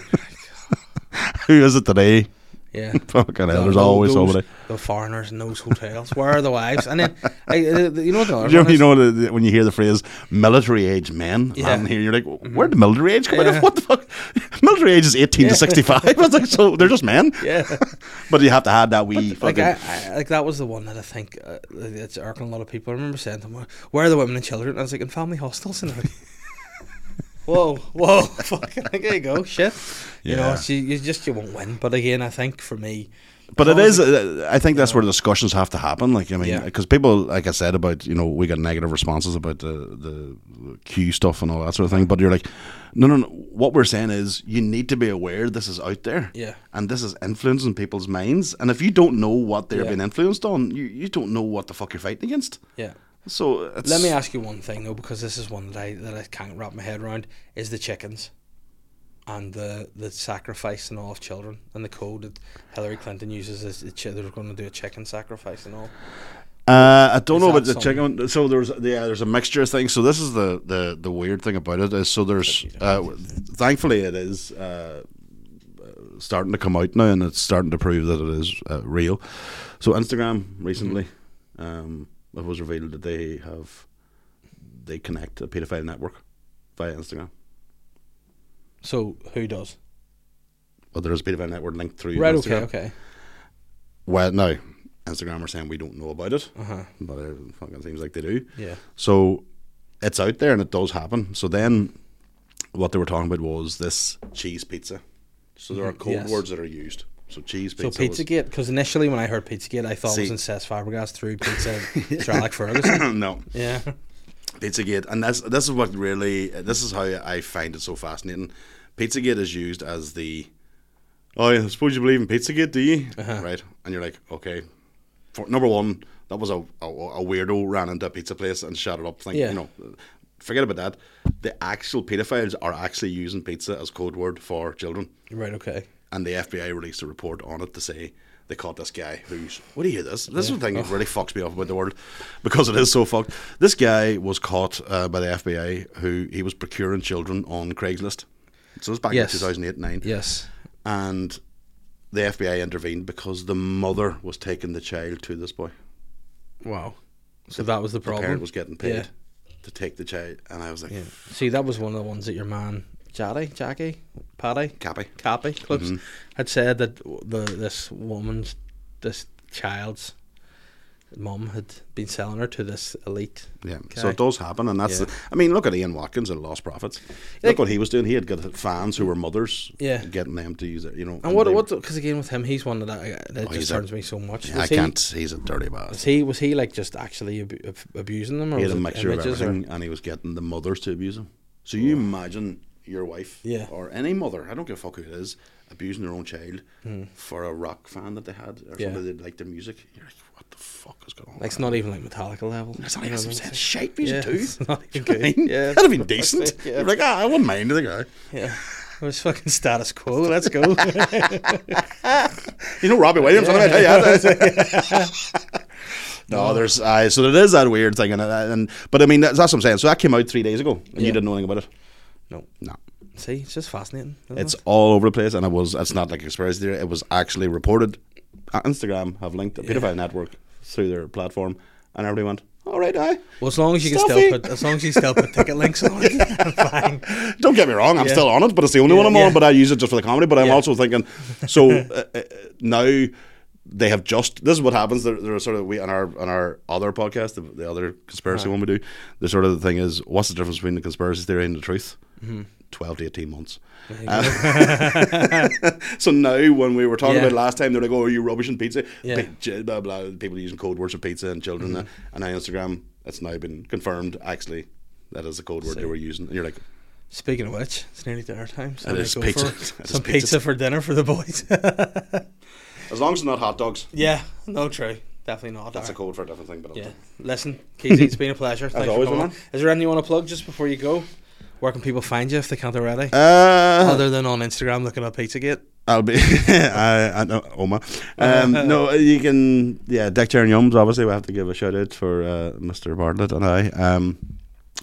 Who is it today? Yeah. Fucking hell, there's Those- always those- somebody. The foreigners in those hotels. Where are the wives? And then, I, the- the- you know what the other You know, one you is? know the, the- when you hear the phrase "military age men," Yeah. Mm-hmm. and here you're like, "Where did military age come Yeah. in? What the fuck? Military age is 18 to 65. It's like, so they're just men. Yeah. But you have to have that wee like fucking. I, I, like that was the one that I think uh, like, it's irking a lot of people. I remember saying to them, "Where are the women and children?" And I was like, "In family hostels." And they're like, "Whoa, whoa, fucking, like, there you go, shit." You know, Yeah. it's, you, you just you won't win. But again, I think for me, but it Oh, is. uh, I think that's where discussions have to happen. Like I mean, Yeah. because people, like I said about you know, we got negative responses about the the Q stuff and all that sort of thing. But you're like, no, no, no. What we're saying is you need to be aware this is out there. Yeah. And this is influencing people's minds. And if you don't know what they're Yeah. being influenced on, you, you don't know what the fuck you're fighting against. yeah. So it's, Let me ask you one thing though, because this is one that I that I can't wrap my head around: is the chickens and the the sacrifice and all of children and the code that Hillary Clinton uses is the chi- they're going to do a chicken sacrifice and all. Uh, I don't Is know that about the chicken. So there's yeah, there's a mixture of things. So this is the the, the weird thing about it is so there's uh, thankfully it is uh, starting to come out now and it's starting to prove that it is uh, real. So Instagram recently, Mm-hmm. um, it was revealed that they have they connect a pedophile network via Instagram. So who does? Well, there is a pedophile network linked through Right. Instagram. Okay. Okay. Well, now Instagram are saying we don't know about it, Uh huh. but it fucking seems like they do. Yeah. So it's out there and it does happen. So then what they were talking about was this cheese pizza. So there are code Mm-hmm. yes. words that are used. So cheese So pizza. was- Pizzagate, because initially when I heard Pizzagate, I thought it was See- in Cesc Fabregas through Pizza Sherlock Ferguson. no, Yeah, Pizzagate, and that's this is what really this is how I find it so fascinating. Pizzagate is used as the oh, yeah, I suppose you believe in Pizzagate, do you? Right, and you're like, okay, for, number one, that was a, a a weirdo ran into a pizza place and shut it up. Think Yeah. you know, forget about that. The actual paedophiles are actually using pizza as code word for children, Right, okay. and the FBI released a report on it to say they caught this guy who's. What do you hear this? This is the thing that really fucks me off about the world because it is so fucked. This guy was caught uh, by the FBI who he was procuring children on Craigslist. So it was back Yes. in 2008 9 Yes. and the FBI intervened because the mother was taking the child to this boy. Wow. So that was the The problem. parent was getting paid Yeah. to take the child, and I was like, Yeah. See, that was one of the ones that your man Jaddy, Jackie, Paddy, Cappy. Mm-hmm. Cappy Clips had said that the this woman's, this child's mum had been selling her to this elite. Yeah, guy. so it does happen, and that's. Yeah. The, I mean, look at Ian Watkins and Lost Profits. Like- look what he was doing. He had got fans who were mothers, Yeah. getting them to use it. You know, And what they- Oh, what? Because again, with him, he's one of that that he's just a- turns me so much. Yeah, I Was he- can't. He's a dirty bastard. Was he was he like just actually abu- ab- abusing them, or He had was a it mixture of images, or- everything, and he was getting the mothers to abuse him. So you imagine your wife, Yeah. or any mother, I don't give a fuck who it is, abusing their own child for a rock fan that they had or Hmm. Yeah. somebody that liked their music. You're like, what the fuck is going on? Like it's not even like Metallica level. it's not You know even some what I'm saying? shit music Yeah, too. it's not even You know what I good. mean? Yeah, that'd have been decent. You're like, ah, I wouldn't mind the guy. Yeah, it was fucking status quo. Let's go. You know Robbie Williams. I tell you that. No, there's uh, so there is that weird thing, and, and but I mean that's, that's what I'm saying. So that came out three days ago, and Yeah. you didn't know anything about it. no, No, see, it's just fascinating. isn't It's it? all over the place, and it was. It's not like a conspiracy theory. It was actually reported. Uh, Instagram have linked a pedophile network through their platform, and everybody went, "All right, I." well, as long as you can Stuffy. still put as long as you still put ticket links on it, fine. Don't get me wrong, I'm still on it, but it's the only one I'm Yeah. on. But I use it just for the comedy. But I'm Yeah. also thinking, so uh, uh, now they have just. This is what happens. There, there are sort of we on our on our other podcast, the, the other conspiracy one we do. The sort of the thing is, what's the difference between the conspiracy theory and the truth? Mm-hmm. Twelve to eighteen months. Uh, So now, when we were talking Yeah. about it last time, they're like, "Oh, are you rubbish and pizza?" Yeah. Mm-hmm. Pi- blah, blah, People using code words for pizza and children, uh, and on Instagram, it's now been confirmed. Actually, that is the code word they were using. And you're like, Speaking of which, it's nearly dinner time. So It I'm is gonna go pizza. for It is some pizza. pizza for dinner for the boys. as long as it's not hot dogs, yeah, no, true, definitely not. that's a Alright. code for a different thing. But Yeah. Listen, Keezy, it's been a pleasure. Thanks always, for my coming on. man. Is there anything you want to plug just before you go? Where can people find you if they can't already? Uh, Other than on Instagram looking up Pizzagate. I'll be. I, I know, Oma. Um, no, you can. Yeah, Dick Chair and Yums. Obviously, we have to give a shout out for uh, Mr. Bartlett and I. Um,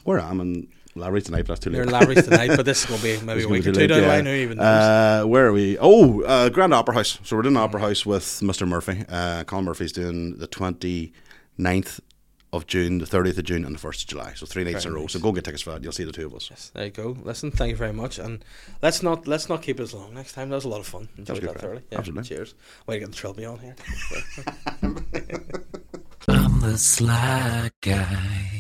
where am I? in Larry tonight, but that's too late. You're in Larry's tonight, but this is going to be maybe It's a gonna week be or two delayed, down the yeah. line. Who even knows? Uh, where are we? Oh, uh, Grand Opera House. So we're doing Mm. Opera House with Mr. Murphy. Uh, Colin Murphy's doing the 29th of June, the 30th of June, and the 1st of July. So three nights in a row. So go get tickets for that. You'll see the two of us. There you go. Listen, thank you very much, and let's not let's not keep it as long next time. That was a lot of fun. Enjoyed good that crack. thoroughly. Yeah, Absolutely. Cheers. Way to get the trilby on here. I'm the sly guy.